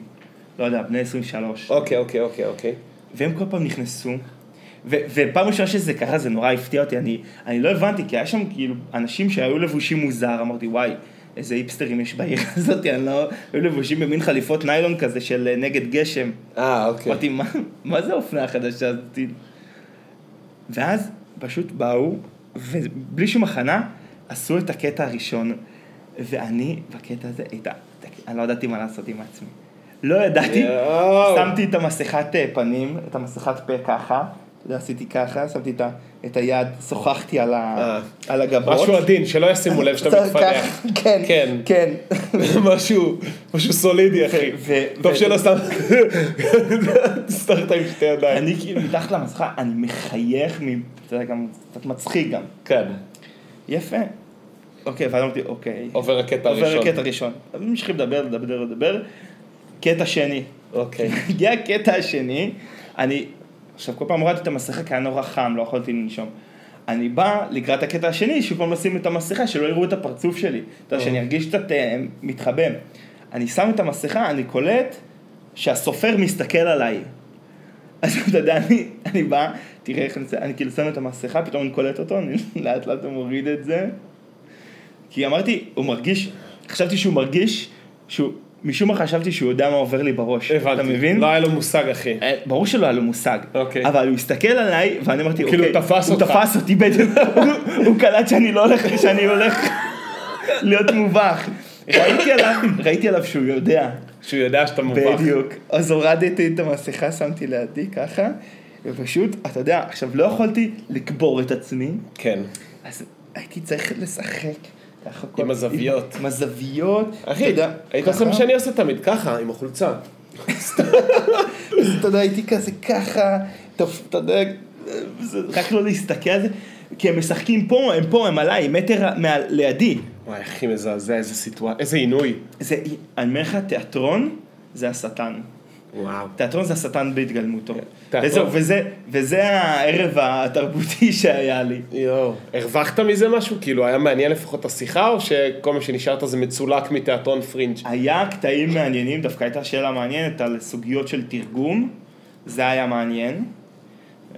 [SPEAKER 1] לא יודע, בני 23.
[SPEAKER 2] אוקיי, אוקיי, אוקיי, אוקיי.
[SPEAKER 1] והם כל פעם נכנסו, ו- ופעם ראשונה שזה קרה זה נורא הפתיע אותי, אני, אני לא הבנתי, כי היה שם כאילו אנשים שהיו לבושים מוזר, אמרתי וואי, איזה היפסטרים יש בעיר [LAUGHS] הזאת, אני לא, היו לבושים במין חליפות ניילון כזה של אה, נגד גשם.
[SPEAKER 2] אה, אוקיי.
[SPEAKER 1] אמרתי, מה, מה זה האופנה החדשה הזאת? ואז פשוט באו, ובלי שום הכנה, עשו את הקטע הראשון. ואני בקטע הזה, הייתה, אני לא ידעתי מה לעשות עם עצמי. לא ידעתי,
[SPEAKER 2] יואו.
[SPEAKER 1] שמתי את המסכת אה, פנים, את המסכת פה ככה, אתה יודע, עשיתי ככה, שמתי את ה- את היד, שוחחתי על ה-
[SPEAKER 2] אה.
[SPEAKER 1] על הגבות.
[SPEAKER 2] משהו עדין, שלא ישימו לב שאתה מתפתח.
[SPEAKER 1] כך, כן,
[SPEAKER 2] כן. [LAUGHS]
[SPEAKER 1] כן.
[SPEAKER 2] משהו, משהו סולידי, אחי.
[SPEAKER 1] ו-
[SPEAKER 2] טוב
[SPEAKER 1] ו-
[SPEAKER 2] שלא [LAUGHS] סתם, הסתרת עם שתי ידיים.
[SPEAKER 1] אני כאילו מתחת למסכה, אני מחייך, מ- אתה יודע, גם קצת מצחיק גם.
[SPEAKER 2] כן,
[SPEAKER 1] יפה. אוקיי, ואז אמרתי, אוקיי.
[SPEAKER 2] עובר הקטע
[SPEAKER 1] עובר
[SPEAKER 2] הראשון.
[SPEAKER 1] הקטע הראשון. אז ממשיכים לדבר, לדבר, לדבר. קטע שני. [LAUGHS]
[SPEAKER 2] אוקיי.
[SPEAKER 1] הגיע הקטע השני, אני... עכשיו, כל פעם הורדתי את המסכה כי היה נורא חם, לא יכולתי לנשום. אני בא לקראת הקטע השני, שוב פעם לשים את המסכה, שלא יראו את הפרצוף שלי. אתה יודע, שאני ארגיש קצת אה, מתחבא. אני שם את המסכה, אני קולט שהסופר מסתכל עליי. אז אתה יודע, אני, אני בא, תראה איך אני, עושה, אני כאילו שם את המסכה, פתאום אני קולט אותו, אני [LAUGHS] לאט לאט מוריד את זה. כי אמרתי, הוא מרגיש, חשבתי שהוא מרגיש, שהוא, משום מה חשבתי שהוא יודע מה עובר לי בראש.
[SPEAKER 2] הבנתי.
[SPEAKER 1] אתה מבין?
[SPEAKER 2] לא היה לו מושג, אחי.
[SPEAKER 1] אה, ברור שלא היה לו מושג,
[SPEAKER 2] אוקיי.
[SPEAKER 1] אבל הוא הסתכל עליי ואני אמרתי,
[SPEAKER 2] כאילו
[SPEAKER 1] אוקיי,
[SPEAKER 2] תפס
[SPEAKER 1] הוא
[SPEAKER 2] אותך.
[SPEAKER 1] תפס אותי בדיוק, [LAUGHS] הוא- הוא קלט שאני לא הולך, שאני הולך להיות מובך. ראיתי עליו, ראיתי עליו שהוא יודע,
[SPEAKER 2] שהוא יודע שאתה [LAUGHS] מובך.
[SPEAKER 1] בדיוק. אז הורדתי את המסכה, שמתי לידי ככה, ופשוט, אתה יודע, עכשיו לא יכולתי לקבור את עצמי,
[SPEAKER 2] כן.
[SPEAKER 1] אז הייתי צריך לשחק. ככה כל-
[SPEAKER 2] עם הזוויות.
[SPEAKER 1] עם הזוויות.
[SPEAKER 2] אחי,
[SPEAKER 1] אתה יודע,
[SPEAKER 2] היית עושה מה
[SPEAKER 1] ככה.
[SPEAKER 2] שאני עושה תמיד, ככה, עם החולצה.
[SPEAKER 1] אז אתה יודע, הייתי כזה ככה, טוב, אתה יודע, זה- רק לא להסתכל על זה, כי הם משחקים פה, הם פה, הם עליי, מטר מעל- לידי.
[SPEAKER 2] וואי, אחי מזעזע, איזה סיטואציה, איזה עינוי.
[SPEAKER 1] זה, אני אומר לך, תיאטרון זה השטן.
[SPEAKER 2] וואו.
[SPEAKER 1] תיאטרון זה השטן בהתגלמותו.
[SPEAKER 2] תיאטרון.
[SPEAKER 1] וזהו, וזה, וזה הערב התרבותי [LAUGHS] שהיה לי.
[SPEAKER 2] יואו. הרווחת מזה משהו? כאילו, היה מעניין לפחות השיחה, או שכל מה שנשארת זה מצולק מתיאטרון פרינג'?
[SPEAKER 1] היה קטעים מעניינים, דווקא הייתה שאלה מעניינת על סוגיות של תרגום, זה היה מעניין.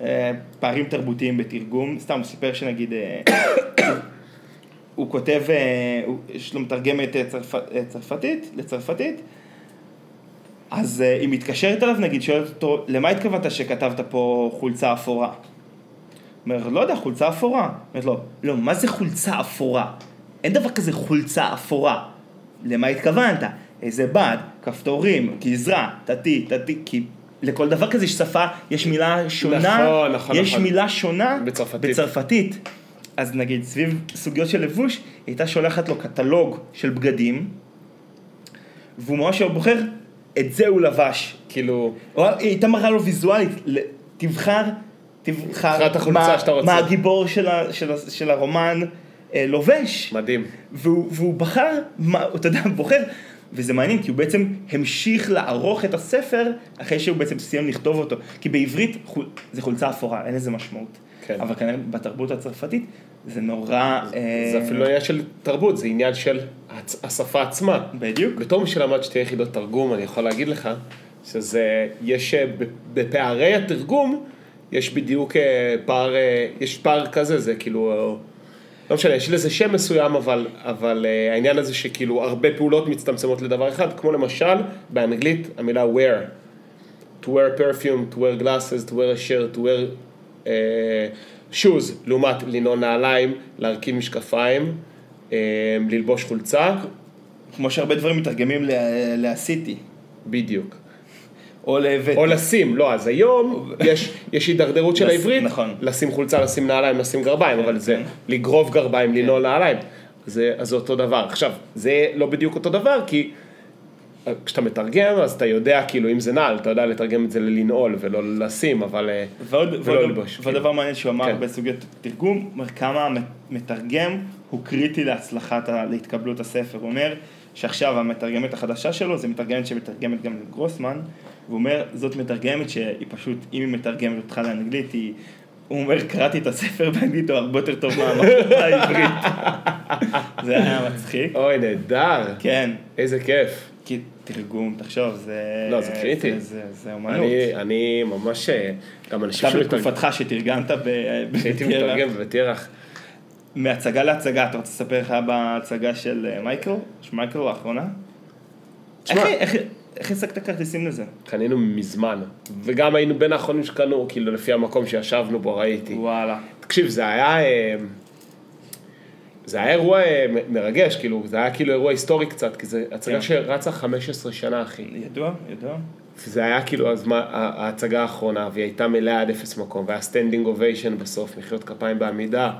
[SPEAKER 1] אה, פערים תרבותיים בתרגום, סתם הוא סיפר שנגיד, אה, הוא כותב, אה, הוא- יש לו מתרגמת אה, צרפ- אה, צרפתית, לצרפתית, אז אה, היא מתקשרת אליו נגיד, שואלת אותו, למה התכוונת שכתבת פה חולצה אפורה? אומר, לא יודע, חולצה אפורה. אומרת לו, לא, מה זה חולצה אפורה? אין דבר כזה חולצה אפורה. למה התכוונת? איזה בד, כפתורים, גזרה, תתי, תתי, כי לכל דבר כזה יש שפה, יש מילה שונה,
[SPEAKER 2] נכון, נכון,
[SPEAKER 1] יש
[SPEAKER 2] נכון.
[SPEAKER 1] מילה שונה
[SPEAKER 2] בצרפתית.
[SPEAKER 1] בצרפתית. אז נגיד, סביב סוגיות של לבוש, היא הייתה שולחת לו קטלוג של בגדים, והוא ממש היה בוחר, את זה הוא לבש.
[SPEAKER 2] כאילו,
[SPEAKER 1] או היא הייתה מראה לו ויזואלית, ל- תבחר תבחר
[SPEAKER 2] תבחר את החולצה
[SPEAKER 1] מה-
[SPEAKER 2] שאתה רוצה.
[SPEAKER 1] מה הגיבור של ה- של ה- של הרומן אה, לובש.
[SPEAKER 2] מדהים.
[SPEAKER 1] והוא, והוא בחר, מה, אתה יודע, בוחר, וזה מעניין, כי הוא בעצם המשיך לערוך את הספר אחרי שהוא בעצם סיים לכתוב אותו. כי בעברית חול, זה חולצה אפורה, אין לזה משמעות.
[SPEAKER 2] כן.
[SPEAKER 1] אבל כנראה בתרבות הצרפתית זה נורא...
[SPEAKER 2] זה אפילו לא עניין של תרבות, זה עניין של הצ- השפה עצמה.
[SPEAKER 1] בדיוק.
[SPEAKER 2] בתור מי שלמד שתי יחידות תרגום, אני יכול להגיד לך שזה, יש אה, ב- בפערי התרגום, יש בדיוק אה, פער, אה, יש פער כזה, זה כאילו, אה, לא משנה, יש לזה שם מסוים, אבל, אבל אה, העניין הזה שכאילו הרבה פעולות מצטמצמות לדבר אחד, כמו למשל, באנגלית המילה wear. to wear perfume, to wear glasses, to wear a shirt, to wear uh, shoes, לעומת לנעול נעליים, להרכיב משקפיים, uh, ללבוש חולצה,
[SPEAKER 1] כמו שהרבה דברים מתרגמים ל- לעשיתי,
[SPEAKER 2] בדיוק.
[SPEAKER 1] או להבאתי.
[SPEAKER 2] או לשים, לא, אז היום יש, יש הידרדרות של
[SPEAKER 1] לס-
[SPEAKER 2] העברית,
[SPEAKER 1] נכון. כן.
[SPEAKER 2] לשים חולצה, לשים נעליים, לשים גרביים, אבל זה לגרוב גרביים, לנעול נעליים, זה, אז זה אותו דבר. עכשיו, זה לא בדיוק אותו דבר, כי אה, כשאתה מתרגם, אז אתה יודע, כאילו, אם זה נעל, אתה יודע לתרגם את זה ללנעול ולא לשים, אבל... אה,
[SPEAKER 1] ועוד,
[SPEAKER 2] ולא
[SPEAKER 1] ועוד,
[SPEAKER 2] ללבוש,
[SPEAKER 1] ועוד
[SPEAKER 2] כן.
[SPEAKER 1] דבר מעניין שהוא אמר
[SPEAKER 2] כן.
[SPEAKER 1] בסוגיות תרגום, אומר כמה המתרגם הוא קריטי להצלחת, ה- להתקבלות הספר. הוא אומר שעכשיו המתרגמת החדשה שלו, זו מתרגמת שמתרגמת גם לגרוסמן, והוא אומר, זאת מתרגמת שהיא פשוט, אם היא מתרגמת אותך לאנגלית, היא... הוא אומר, קראתי את הספר באנגלית, הוא הרבה יותר טוב מהמחשבה העברית. [LAUGHS] זה היה מצחיק.
[SPEAKER 2] אוי, נהדר.
[SPEAKER 1] כן,
[SPEAKER 2] איזה כיף.
[SPEAKER 1] כי תרגום, תחשוב, זה...
[SPEAKER 2] לא, זה קריטי.
[SPEAKER 1] זה- זה- זה אומנות.
[SPEAKER 2] אני, אני ממש, אה, גם אנשים
[SPEAKER 1] אתה כן, אה?
[SPEAKER 2] שמתרגם-
[SPEAKER 1] בתקופתך שתרגמת ב...
[SPEAKER 2] שהייתי
[SPEAKER 1] בקרח.
[SPEAKER 2] מתרגם בבית ירח.
[SPEAKER 1] מהצגה להצגה, אתה רוצה לספר איך היה בהצגה של אה, מייקל? של מייקל האחרונה?
[SPEAKER 2] תשמע. אה.
[SPEAKER 1] איך- איך- איך השגת כרטיסים לזה?
[SPEAKER 2] קנינו מזמן, וגם היינו בין האחרונים שקנו, כאילו לפי המקום שישבנו בו ראיתי.
[SPEAKER 1] וואלה.
[SPEAKER 2] תקשיב, זה היה... אה, זה היה אירוע אה, מ- מרגש, כאילו, זה היה כאילו אירוע היסטורי קצת, כי זו
[SPEAKER 1] כן.
[SPEAKER 2] הצגה שרצה 15 שנה, אחי.
[SPEAKER 1] ידוע, ידוע.
[SPEAKER 2] זה היה כאילו הזמן, ה- ההצגה האחרונה, והיא הייתה מלאה עד אפס מקום, והיה סטנדינג אוביישן בסוף, מחיאות כפיים בעמידה,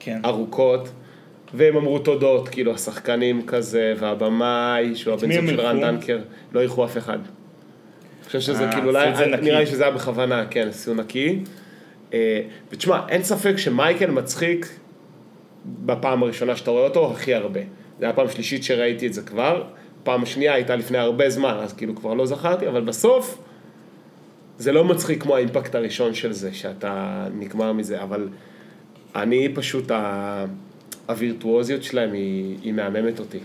[SPEAKER 1] כן.
[SPEAKER 2] אה. ארוכות, והם אמרו תודות, כאילו השחקנים כזה, והבמאי, שהוא הבן
[SPEAKER 1] מי
[SPEAKER 2] זוג
[SPEAKER 1] הם
[SPEAKER 2] של רן
[SPEAKER 1] אירחו?
[SPEAKER 2] דנקר, לא אירחו אף אחד. אני חושב שזה
[SPEAKER 1] אה,
[SPEAKER 2] כאילו,
[SPEAKER 1] עשו את זה
[SPEAKER 2] אולי,
[SPEAKER 1] נקי.
[SPEAKER 2] נראה לי שזה היה בכוונה, כן, עשו נקי. אה, ותשמע, אין ספק שמייקל מצחיק בפעם הראשונה שאתה רואה אותו הכי הרבה. זה היה פעם שלישית שראיתי את זה כבר, פעם שנייה הייתה לפני הרבה זמן, אז כאילו כבר לא זכרתי, אבל בסוף... זה לא מצחיק כמו האימפקט הראשון של זה, שאתה נגמר מזה, אבל אני פשוט, ה... הווירטואוזיות שלהם היא, היא מהממת אותי.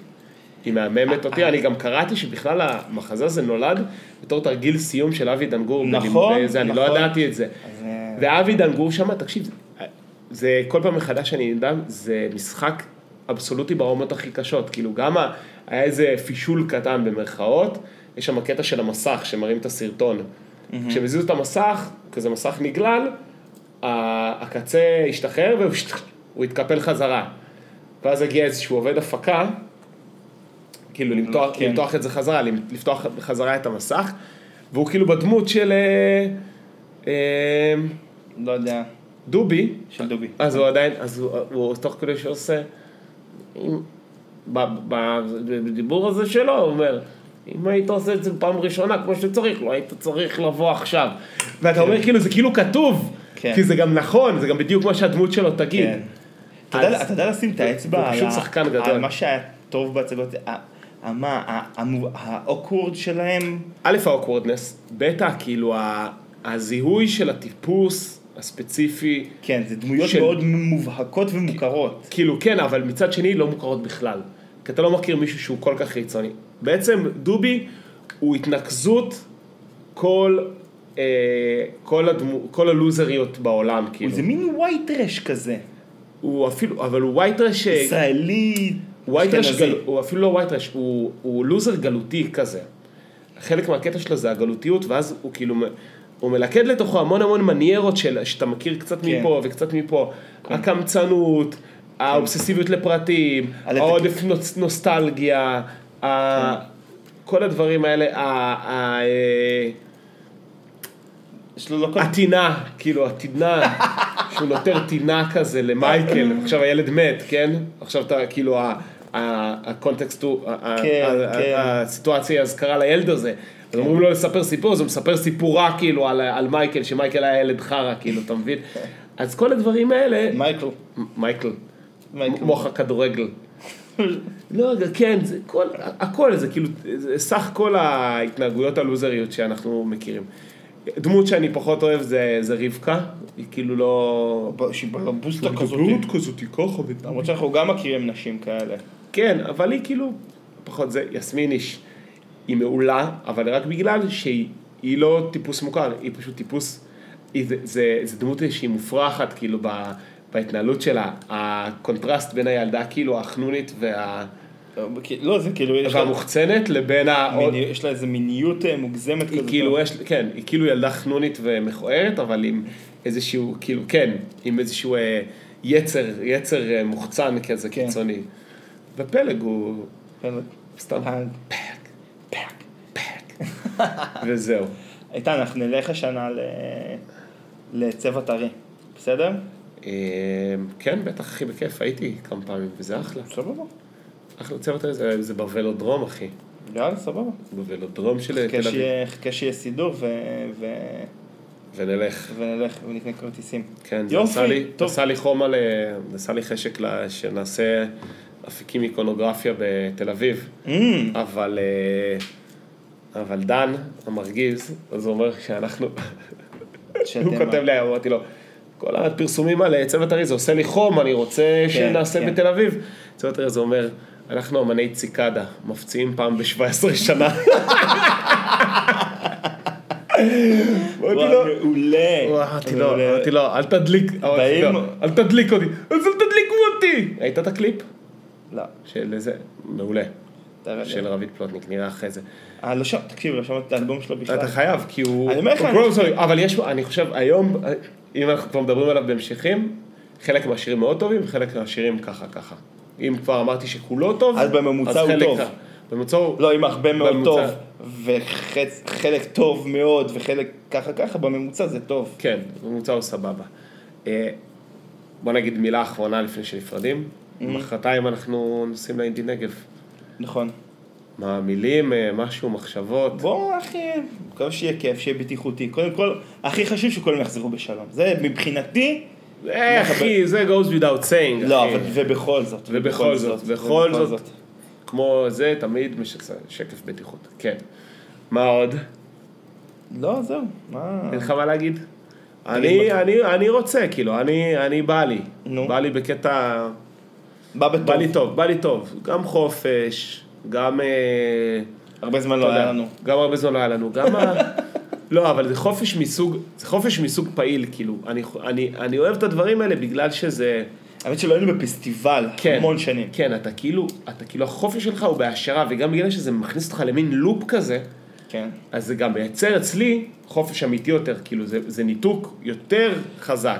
[SPEAKER 2] היא מהממת
[SPEAKER 1] אה,
[SPEAKER 2] אותי, אני גם קראתי שבכלל המחזה הזה נולד בתור תרגיל סיום של אבי דנגור.
[SPEAKER 1] נכון,
[SPEAKER 2] בלימודי זה, אני לא
[SPEAKER 1] נכון.
[SPEAKER 2] ידעתי את זה.
[SPEAKER 1] אז, אה,
[SPEAKER 2] ואבי דנגור שם, תקשיב, זה- זה כל פעם מחדש שאני נדם, זה משחק אבסולוטי ברמות הכי קשות. כאילו גם ה- היה איזה פישול קטן במרכאות, יש שם קטע של המסך שמראים את הסרטון. כשמזיזו את המסך, כזה מסך נגלל, ה- הקצה השתחרר והוא השת- הוא התקפל חזרה. ואז הגיע איזשהו עובד הפקה, כאילו למתוח,
[SPEAKER 1] כן.
[SPEAKER 2] כן. למתוח את זה חזרה, למ- לפתוח בחזרה את המסך, והוא כאילו בדמות של אה, אה,
[SPEAKER 1] לא יודע.
[SPEAKER 2] דובי,
[SPEAKER 1] של דובי.
[SPEAKER 2] אז הוא עדיין, אז הוא, הוא תוך כדי שעושה, אם- ב- ב- בדיבור הזה שלו, הוא אומר, אם היית עושה את זה פעם ראשונה כמו שצריך, לא היית צריך לבוא עכשיו. ואתה אומר כאילו, זה כאילו כתוב,
[SPEAKER 1] כן.
[SPEAKER 2] כי זה גם נכון, זה גם בדיוק מה שהדמות שלו תגיד.
[SPEAKER 1] כן. אתה יודע-
[SPEAKER 2] אז-
[SPEAKER 1] אתה יודע לשים את
[SPEAKER 2] הוא-
[SPEAKER 1] האצבע
[SPEAKER 2] הוא
[SPEAKER 1] על
[SPEAKER 2] פשוט
[SPEAKER 1] ה-
[SPEAKER 2] שחקן
[SPEAKER 1] על
[SPEAKER 2] גדול.
[SPEAKER 1] מה שהיה טוב בהצגות, ה- ה- מה, ה- המו- האוקוורד שלהם,
[SPEAKER 2] א', האוקוורדנס, ב', כאילו ה- הזיהוי של הטיפוס הספציפי,
[SPEAKER 1] כן, זה דמויות
[SPEAKER 2] של-
[SPEAKER 1] מאוד מובהקות ומוכרות.
[SPEAKER 2] כאילו כן, אבל מצד שני לא מוכרות בכלל, כי אתה לא מכיר מישהו שהוא כל כך חיצוני. בעצם דובי הוא התנקזות כל, אה, כל, הדמו, כל הלוזריות בעולם, כאילו.
[SPEAKER 1] זה מין ווייט טרש כזה,
[SPEAKER 2] הוא אפילו, אבל הוא אה, וייטרש,
[SPEAKER 1] ישראלי,
[SPEAKER 2] וייטרש
[SPEAKER 1] אשכנזי.
[SPEAKER 2] גל, הוא אפילו לא וייטרש, הוא, הוא לוזר גלותי כזה. חלק מהקטע שלו זה הגלותיות, ואז הוא כאילו, מ- הוא מלכד לתוכו המון המון מניירות של, שאתה מכיר קצת
[SPEAKER 1] כן.
[SPEAKER 2] כן. מפה וקצת מפה. הקמצנות, האובססיביות לפרטים,
[SPEAKER 1] על
[SPEAKER 2] העודף נוצ, נוסטלגיה, ה, כל הדברים האלה, ה- ה- אה,
[SPEAKER 1] יש לו לא כל...
[SPEAKER 2] הטינה, כאילו הטינה, שהוא נותר טינה כזה למייקל, עכשיו הילד מת, כן? עכשיו אתה, כאילו, ה- ה- הקונטקסט הוא, ה- ה-
[SPEAKER 1] כן,
[SPEAKER 2] ה- ה-
[SPEAKER 1] כן.
[SPEAKER 2] הסיטואציה היא אזכרה לילד הזה. אז אומרים לו לספר סיפור, אז הוא מספר סיפור רע כאילו על, על מייקל, שמייקל היה ילד חרא כאילו, אתה מבין? אז כל הדברים האלה,
[SPEAKER 1] מייקל.
[SPEAKER 2] מ- מייקל,
[SPEAKER 1] מייקל.
[SPEAKER 2] מוח הכדורגל. לא, רגע, כן, זה כל, הכל זה כאילו, זה סך כל ההתנהגויות הלוזריות שאנחנו מכירים. דמות שאני פחות אוהב זה, זה רבקה, היא כאילו לא...
[SPEAKER 1] שהיא בלבוסטה כזאת.
[SPEAKER 2] כזאת, ככה
[SPEAKER 1] למרות שאנחנו גם מכירים נשים כאלה.
[SPEAKER 2] כן, אבל היא כאילו, פחות זה, יסמין איש, היא מעולה, אבל רק בגלל שהיא היא לא טיפוס מוכר, היא פשוט טיפוס, היא, זה, זה, זה דמות שהיא מופרכת, כאילו, ב, בהתנהלות שלה, הקונטרסט בין הילדה, כאילו, החנונית וה,
[SPEAKER 1] לא, זה כאילו, יש לה-
[SPEAKER 2] והמוחצנת, לבין ה...
[SPEAKER 1] מיני- יש לה איזה מיניות אה, מוגזמת
[SPEAKER 2] היא
[SPEAKER 1] כזאת.
[SPEAKER 2] כאילו, יש, כן, היא כאילו ילדה חנונית ומכוערת, אבל עם איזשהו, כאילו, כן, עם איזשהו אה, יצר, יצר אה, מוחצן כזה
[SPEAKER 1] כן.
[SPEAKER 2] קיצוני. ופלג הוא
[SPEAKER 1] כן,
[SPEAKER 2] סתם
[SPEAKER 1] פאק.
[SPEAKER 2] וזהו.
[SPEAKER 1] איתן, אנחנו נלך השנה ל- לצבע טרי, בסדר?
[SPEAKER 2] אה, כן, בטח, אחי, בכיף, הייתי כמה פעמים, וזה אחלה.
[SPEAKER 1] סבבה.
[SPEAKER 2] אחלה צוות הזה, זה- זה בוולודרום, אחי.
[SPEAKER 1] יאללה, סבבה.
[SPEAKER 2] בוולודרום של
[SPEAKER 1] חכה
[SPEAKER 2] תל אביב.
[SPEAKER 1] שיהיה- חכה שיהיה סידור ו- ו-
[SPEAKER 2] ונלך.
[SPEAKER 1] ונלך ונקנה כרטיסים.
[SPEAKER 2] כן, זה
[SPEAKER 1] יופי,
[SPEAKER 2] עשה לי,
[SPEAKER 1] טוב.
[SPEAKER 2] עשה לי חום על... אה, עשה לי חשק ל- שנעשה אפיקים איקונוגרפיה בתל אביב.
[SPEAKER 1] אמ,
[SPEAKER 2] [LAUGHS] אבל... אה, אבל דן, המרגיז, אז הוא אומר שאנחנו...
[SPEAKER 1] שאתם-
[SPEAKER 2] הוא כותב לי, אמרתי לו, כל הפרסומים על צוות ארי, זה עושה לי חום, אני רוצה שנעשה
[SPEAKER 1] כן.
[SPEAKER 2] בתל אביב. צוות ארי, זה אומר, אנחנו אמני ציקדה, מפציעים פעם ב-17 שנה. אמרתי
[SPEAKER 1] וואי, לא-
[SPEAKER 2] לו,
[SPEAKER 1] מעולה.
[SPEAKER 2] לא- אמרתי לו,
[SPEAKER 1] מעולה.
[SPEAKER 2] אמרתי לו, אל תדליק, אמרתי
[SPEAKER 1] באים-
[SPEAKER 2] לו, אל תדליק אותי, אז אל תדליקו אותי. ראית את הקליפ?
[SPEAKER 1] לא,
[SPEAKER 2] של זה, מעולה,
[SPEAKER 1] תראה לי.
[SPEAKER 2] של רביד פלוטניק, נראה אחרי זה.
[SPEAKER 1] אה, לא שמע- תקשיב, לא שמעתי את האלבום שלו בכלל.
[SPEAKER 2] אתה חייב, כי הוא...
[SPEAKER 1] אני אומר לך,
[SPEAKER 2] הוא
[SPEAKER 1] אני-
[SPEAKER 2] פרוגרסיבי, אבל יש, אני חושב, היום, אם אנחנו כבר מדברים עליו בהמשכים, חלק מהשירים מאוד טובים, חלק מהשירים ככה ככה. אם כבר אמרתי שכולו טוב,
[SPEAKER 1] אז בממוצע הוא
[SPEAKER 2] חלק
[SPEAKER 1] טוב.
[SPEAKER 2] ככה. בממוצע הוא...
[SPEAKER 1] לא, עם הרבה מאוד טוב,
[SPEAKER 2] בממוצע.
[SPEAKER 1] וחלק טוב מאוד, וחלק ככה ככה, בממוצע זה טוב.
[SPEAKER 2] כן, בממוצע הוא סבבה. אה, בוא נגיד מילה אחרונה לפני שנפרדים.
[SPEAKER 1] Mm-hmm.
[SPEAKER 2] מחרתיים אנחנו נוסעים לאינדי נגב.
[SPEAKER 1] נכון.
[SPEAKER 2] מה, מילים, אה, משהו, מחשבות.
[SPEAKER 1] בוא, אחי, מקווה שיהיה כיף, שיהיה בטיחותי. קודם כל, הכי חשוב שכולם יחזרו בשלום. זה מבחינתי...
[SPEAKER 2] אה, אחי, זה goes without saying, אחי.
[SPEAKER 1] לא, אבל ובכל זאת.
[SPEAKER 2] ובכל זאת, בכל זאת, כמו זה, תמיד משקף שקף בטיחות, כן. מה עוד?
[SPEAKER 1] לא, זהו, מה...
[SPEAKER 2] אין לך מה להגיד? אני,
[SPEAKER 1] מה.
[SPEAKER 2] אני, אני רוצה, כאילו, אני, אני בא לי.
[SPEAKER 1] נו.
[SPEAKER 2] בא לי בקטע,
[SPEAKER 1] בא בטוב.
[SPEAKER 2] בא לי טוב, בא לי טוב. גם חופש, גם... אה,
[SPEAKER 1] הרבה זמן
[SPEAKER 2] אתה
[SPEAKER 1] לא היה
[SPEAKER 2] יודע,
[SPEAKER 1] לנו.
[SPEAKER 2] גם הרבה זמן לא היה לנו,
[SPEAKER 1] [LAUGHS]
[SPEAKER 2] גם ה... לא, אבל זה חופש מסוג, זה חופש מסוג פעיל, כאילו. אני, אני, אני אוהב את הדברים האלה בגלל שזה...
[SPEAKER 1] האמת שלא היינו בפסטיבל
[SPEAKER 2] כן,
[SPEAKER 1] המון שנים.
[SPEAKER 2] כן, אתה כאילו, אתה כאילו, החופש שלך הוא בהעשרה, וגם בגלל שזה מכניס אותך למין לופ כזה,
[SPEAKER 1] כן.
[SPEAKER 2] אז זה גם מייצר אצלי חופש אמיתי יותר, כאילו זה, זה ניתוק יותר חזק.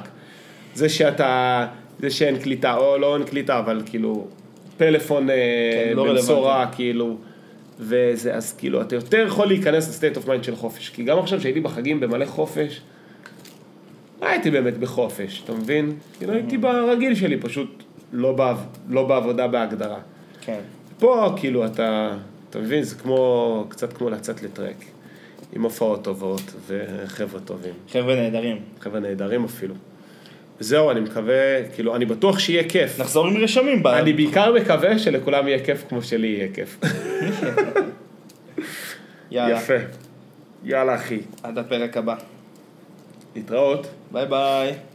[SPEAKER 2] זה שאתה, זה שאין קליטה, או לא אין קליטה, אבל כאילו, פלאפון כן,
[SPEAKER 1] לא
[SPEAKER 2] במשורה, כאילו, וזה, אז כאילו, אתה יותר יכול להיכנס לסטייט אוף מיינד של חופש, כי גם עכשיו שהייתי בחגים במלא חופש, לא הייתי באמת בחופש, אתה מבין? כאילו הייתי ברגיל שלי, פשוט לא, בעב, לא בעבודה בהגדרה.
[SPEAKER 1] כן.
[SPEAKER 2] פה כאילו אתה, אתה מבין, זה כמו, קצת כמו לצאת לטרק, עם הופעות טובות וחבר'ה טובים,
[SPEAKER 1] חבר'ה נהדרים.
[SPEAKER 2] חבר'ה נהדרים אפילו. זהו, אני מקווה, כאילו, אני בטוח שיהיה כיף.
[SPEAKER 1] נחזור עם רשמים ב...
[SPEAKER 2] אני בעיקר מקווה שלכולם יהיה כיף כמו שלי יהיה כיף.
[SPEAKER 1] יאללה.
[SPEAKER 2] יפה. יאללה, אחי.
[SPEAKER 1] עד הפרק הבא.
[SPEAKER 2] להתראות.
[SPEAKER 1] ביי ביי.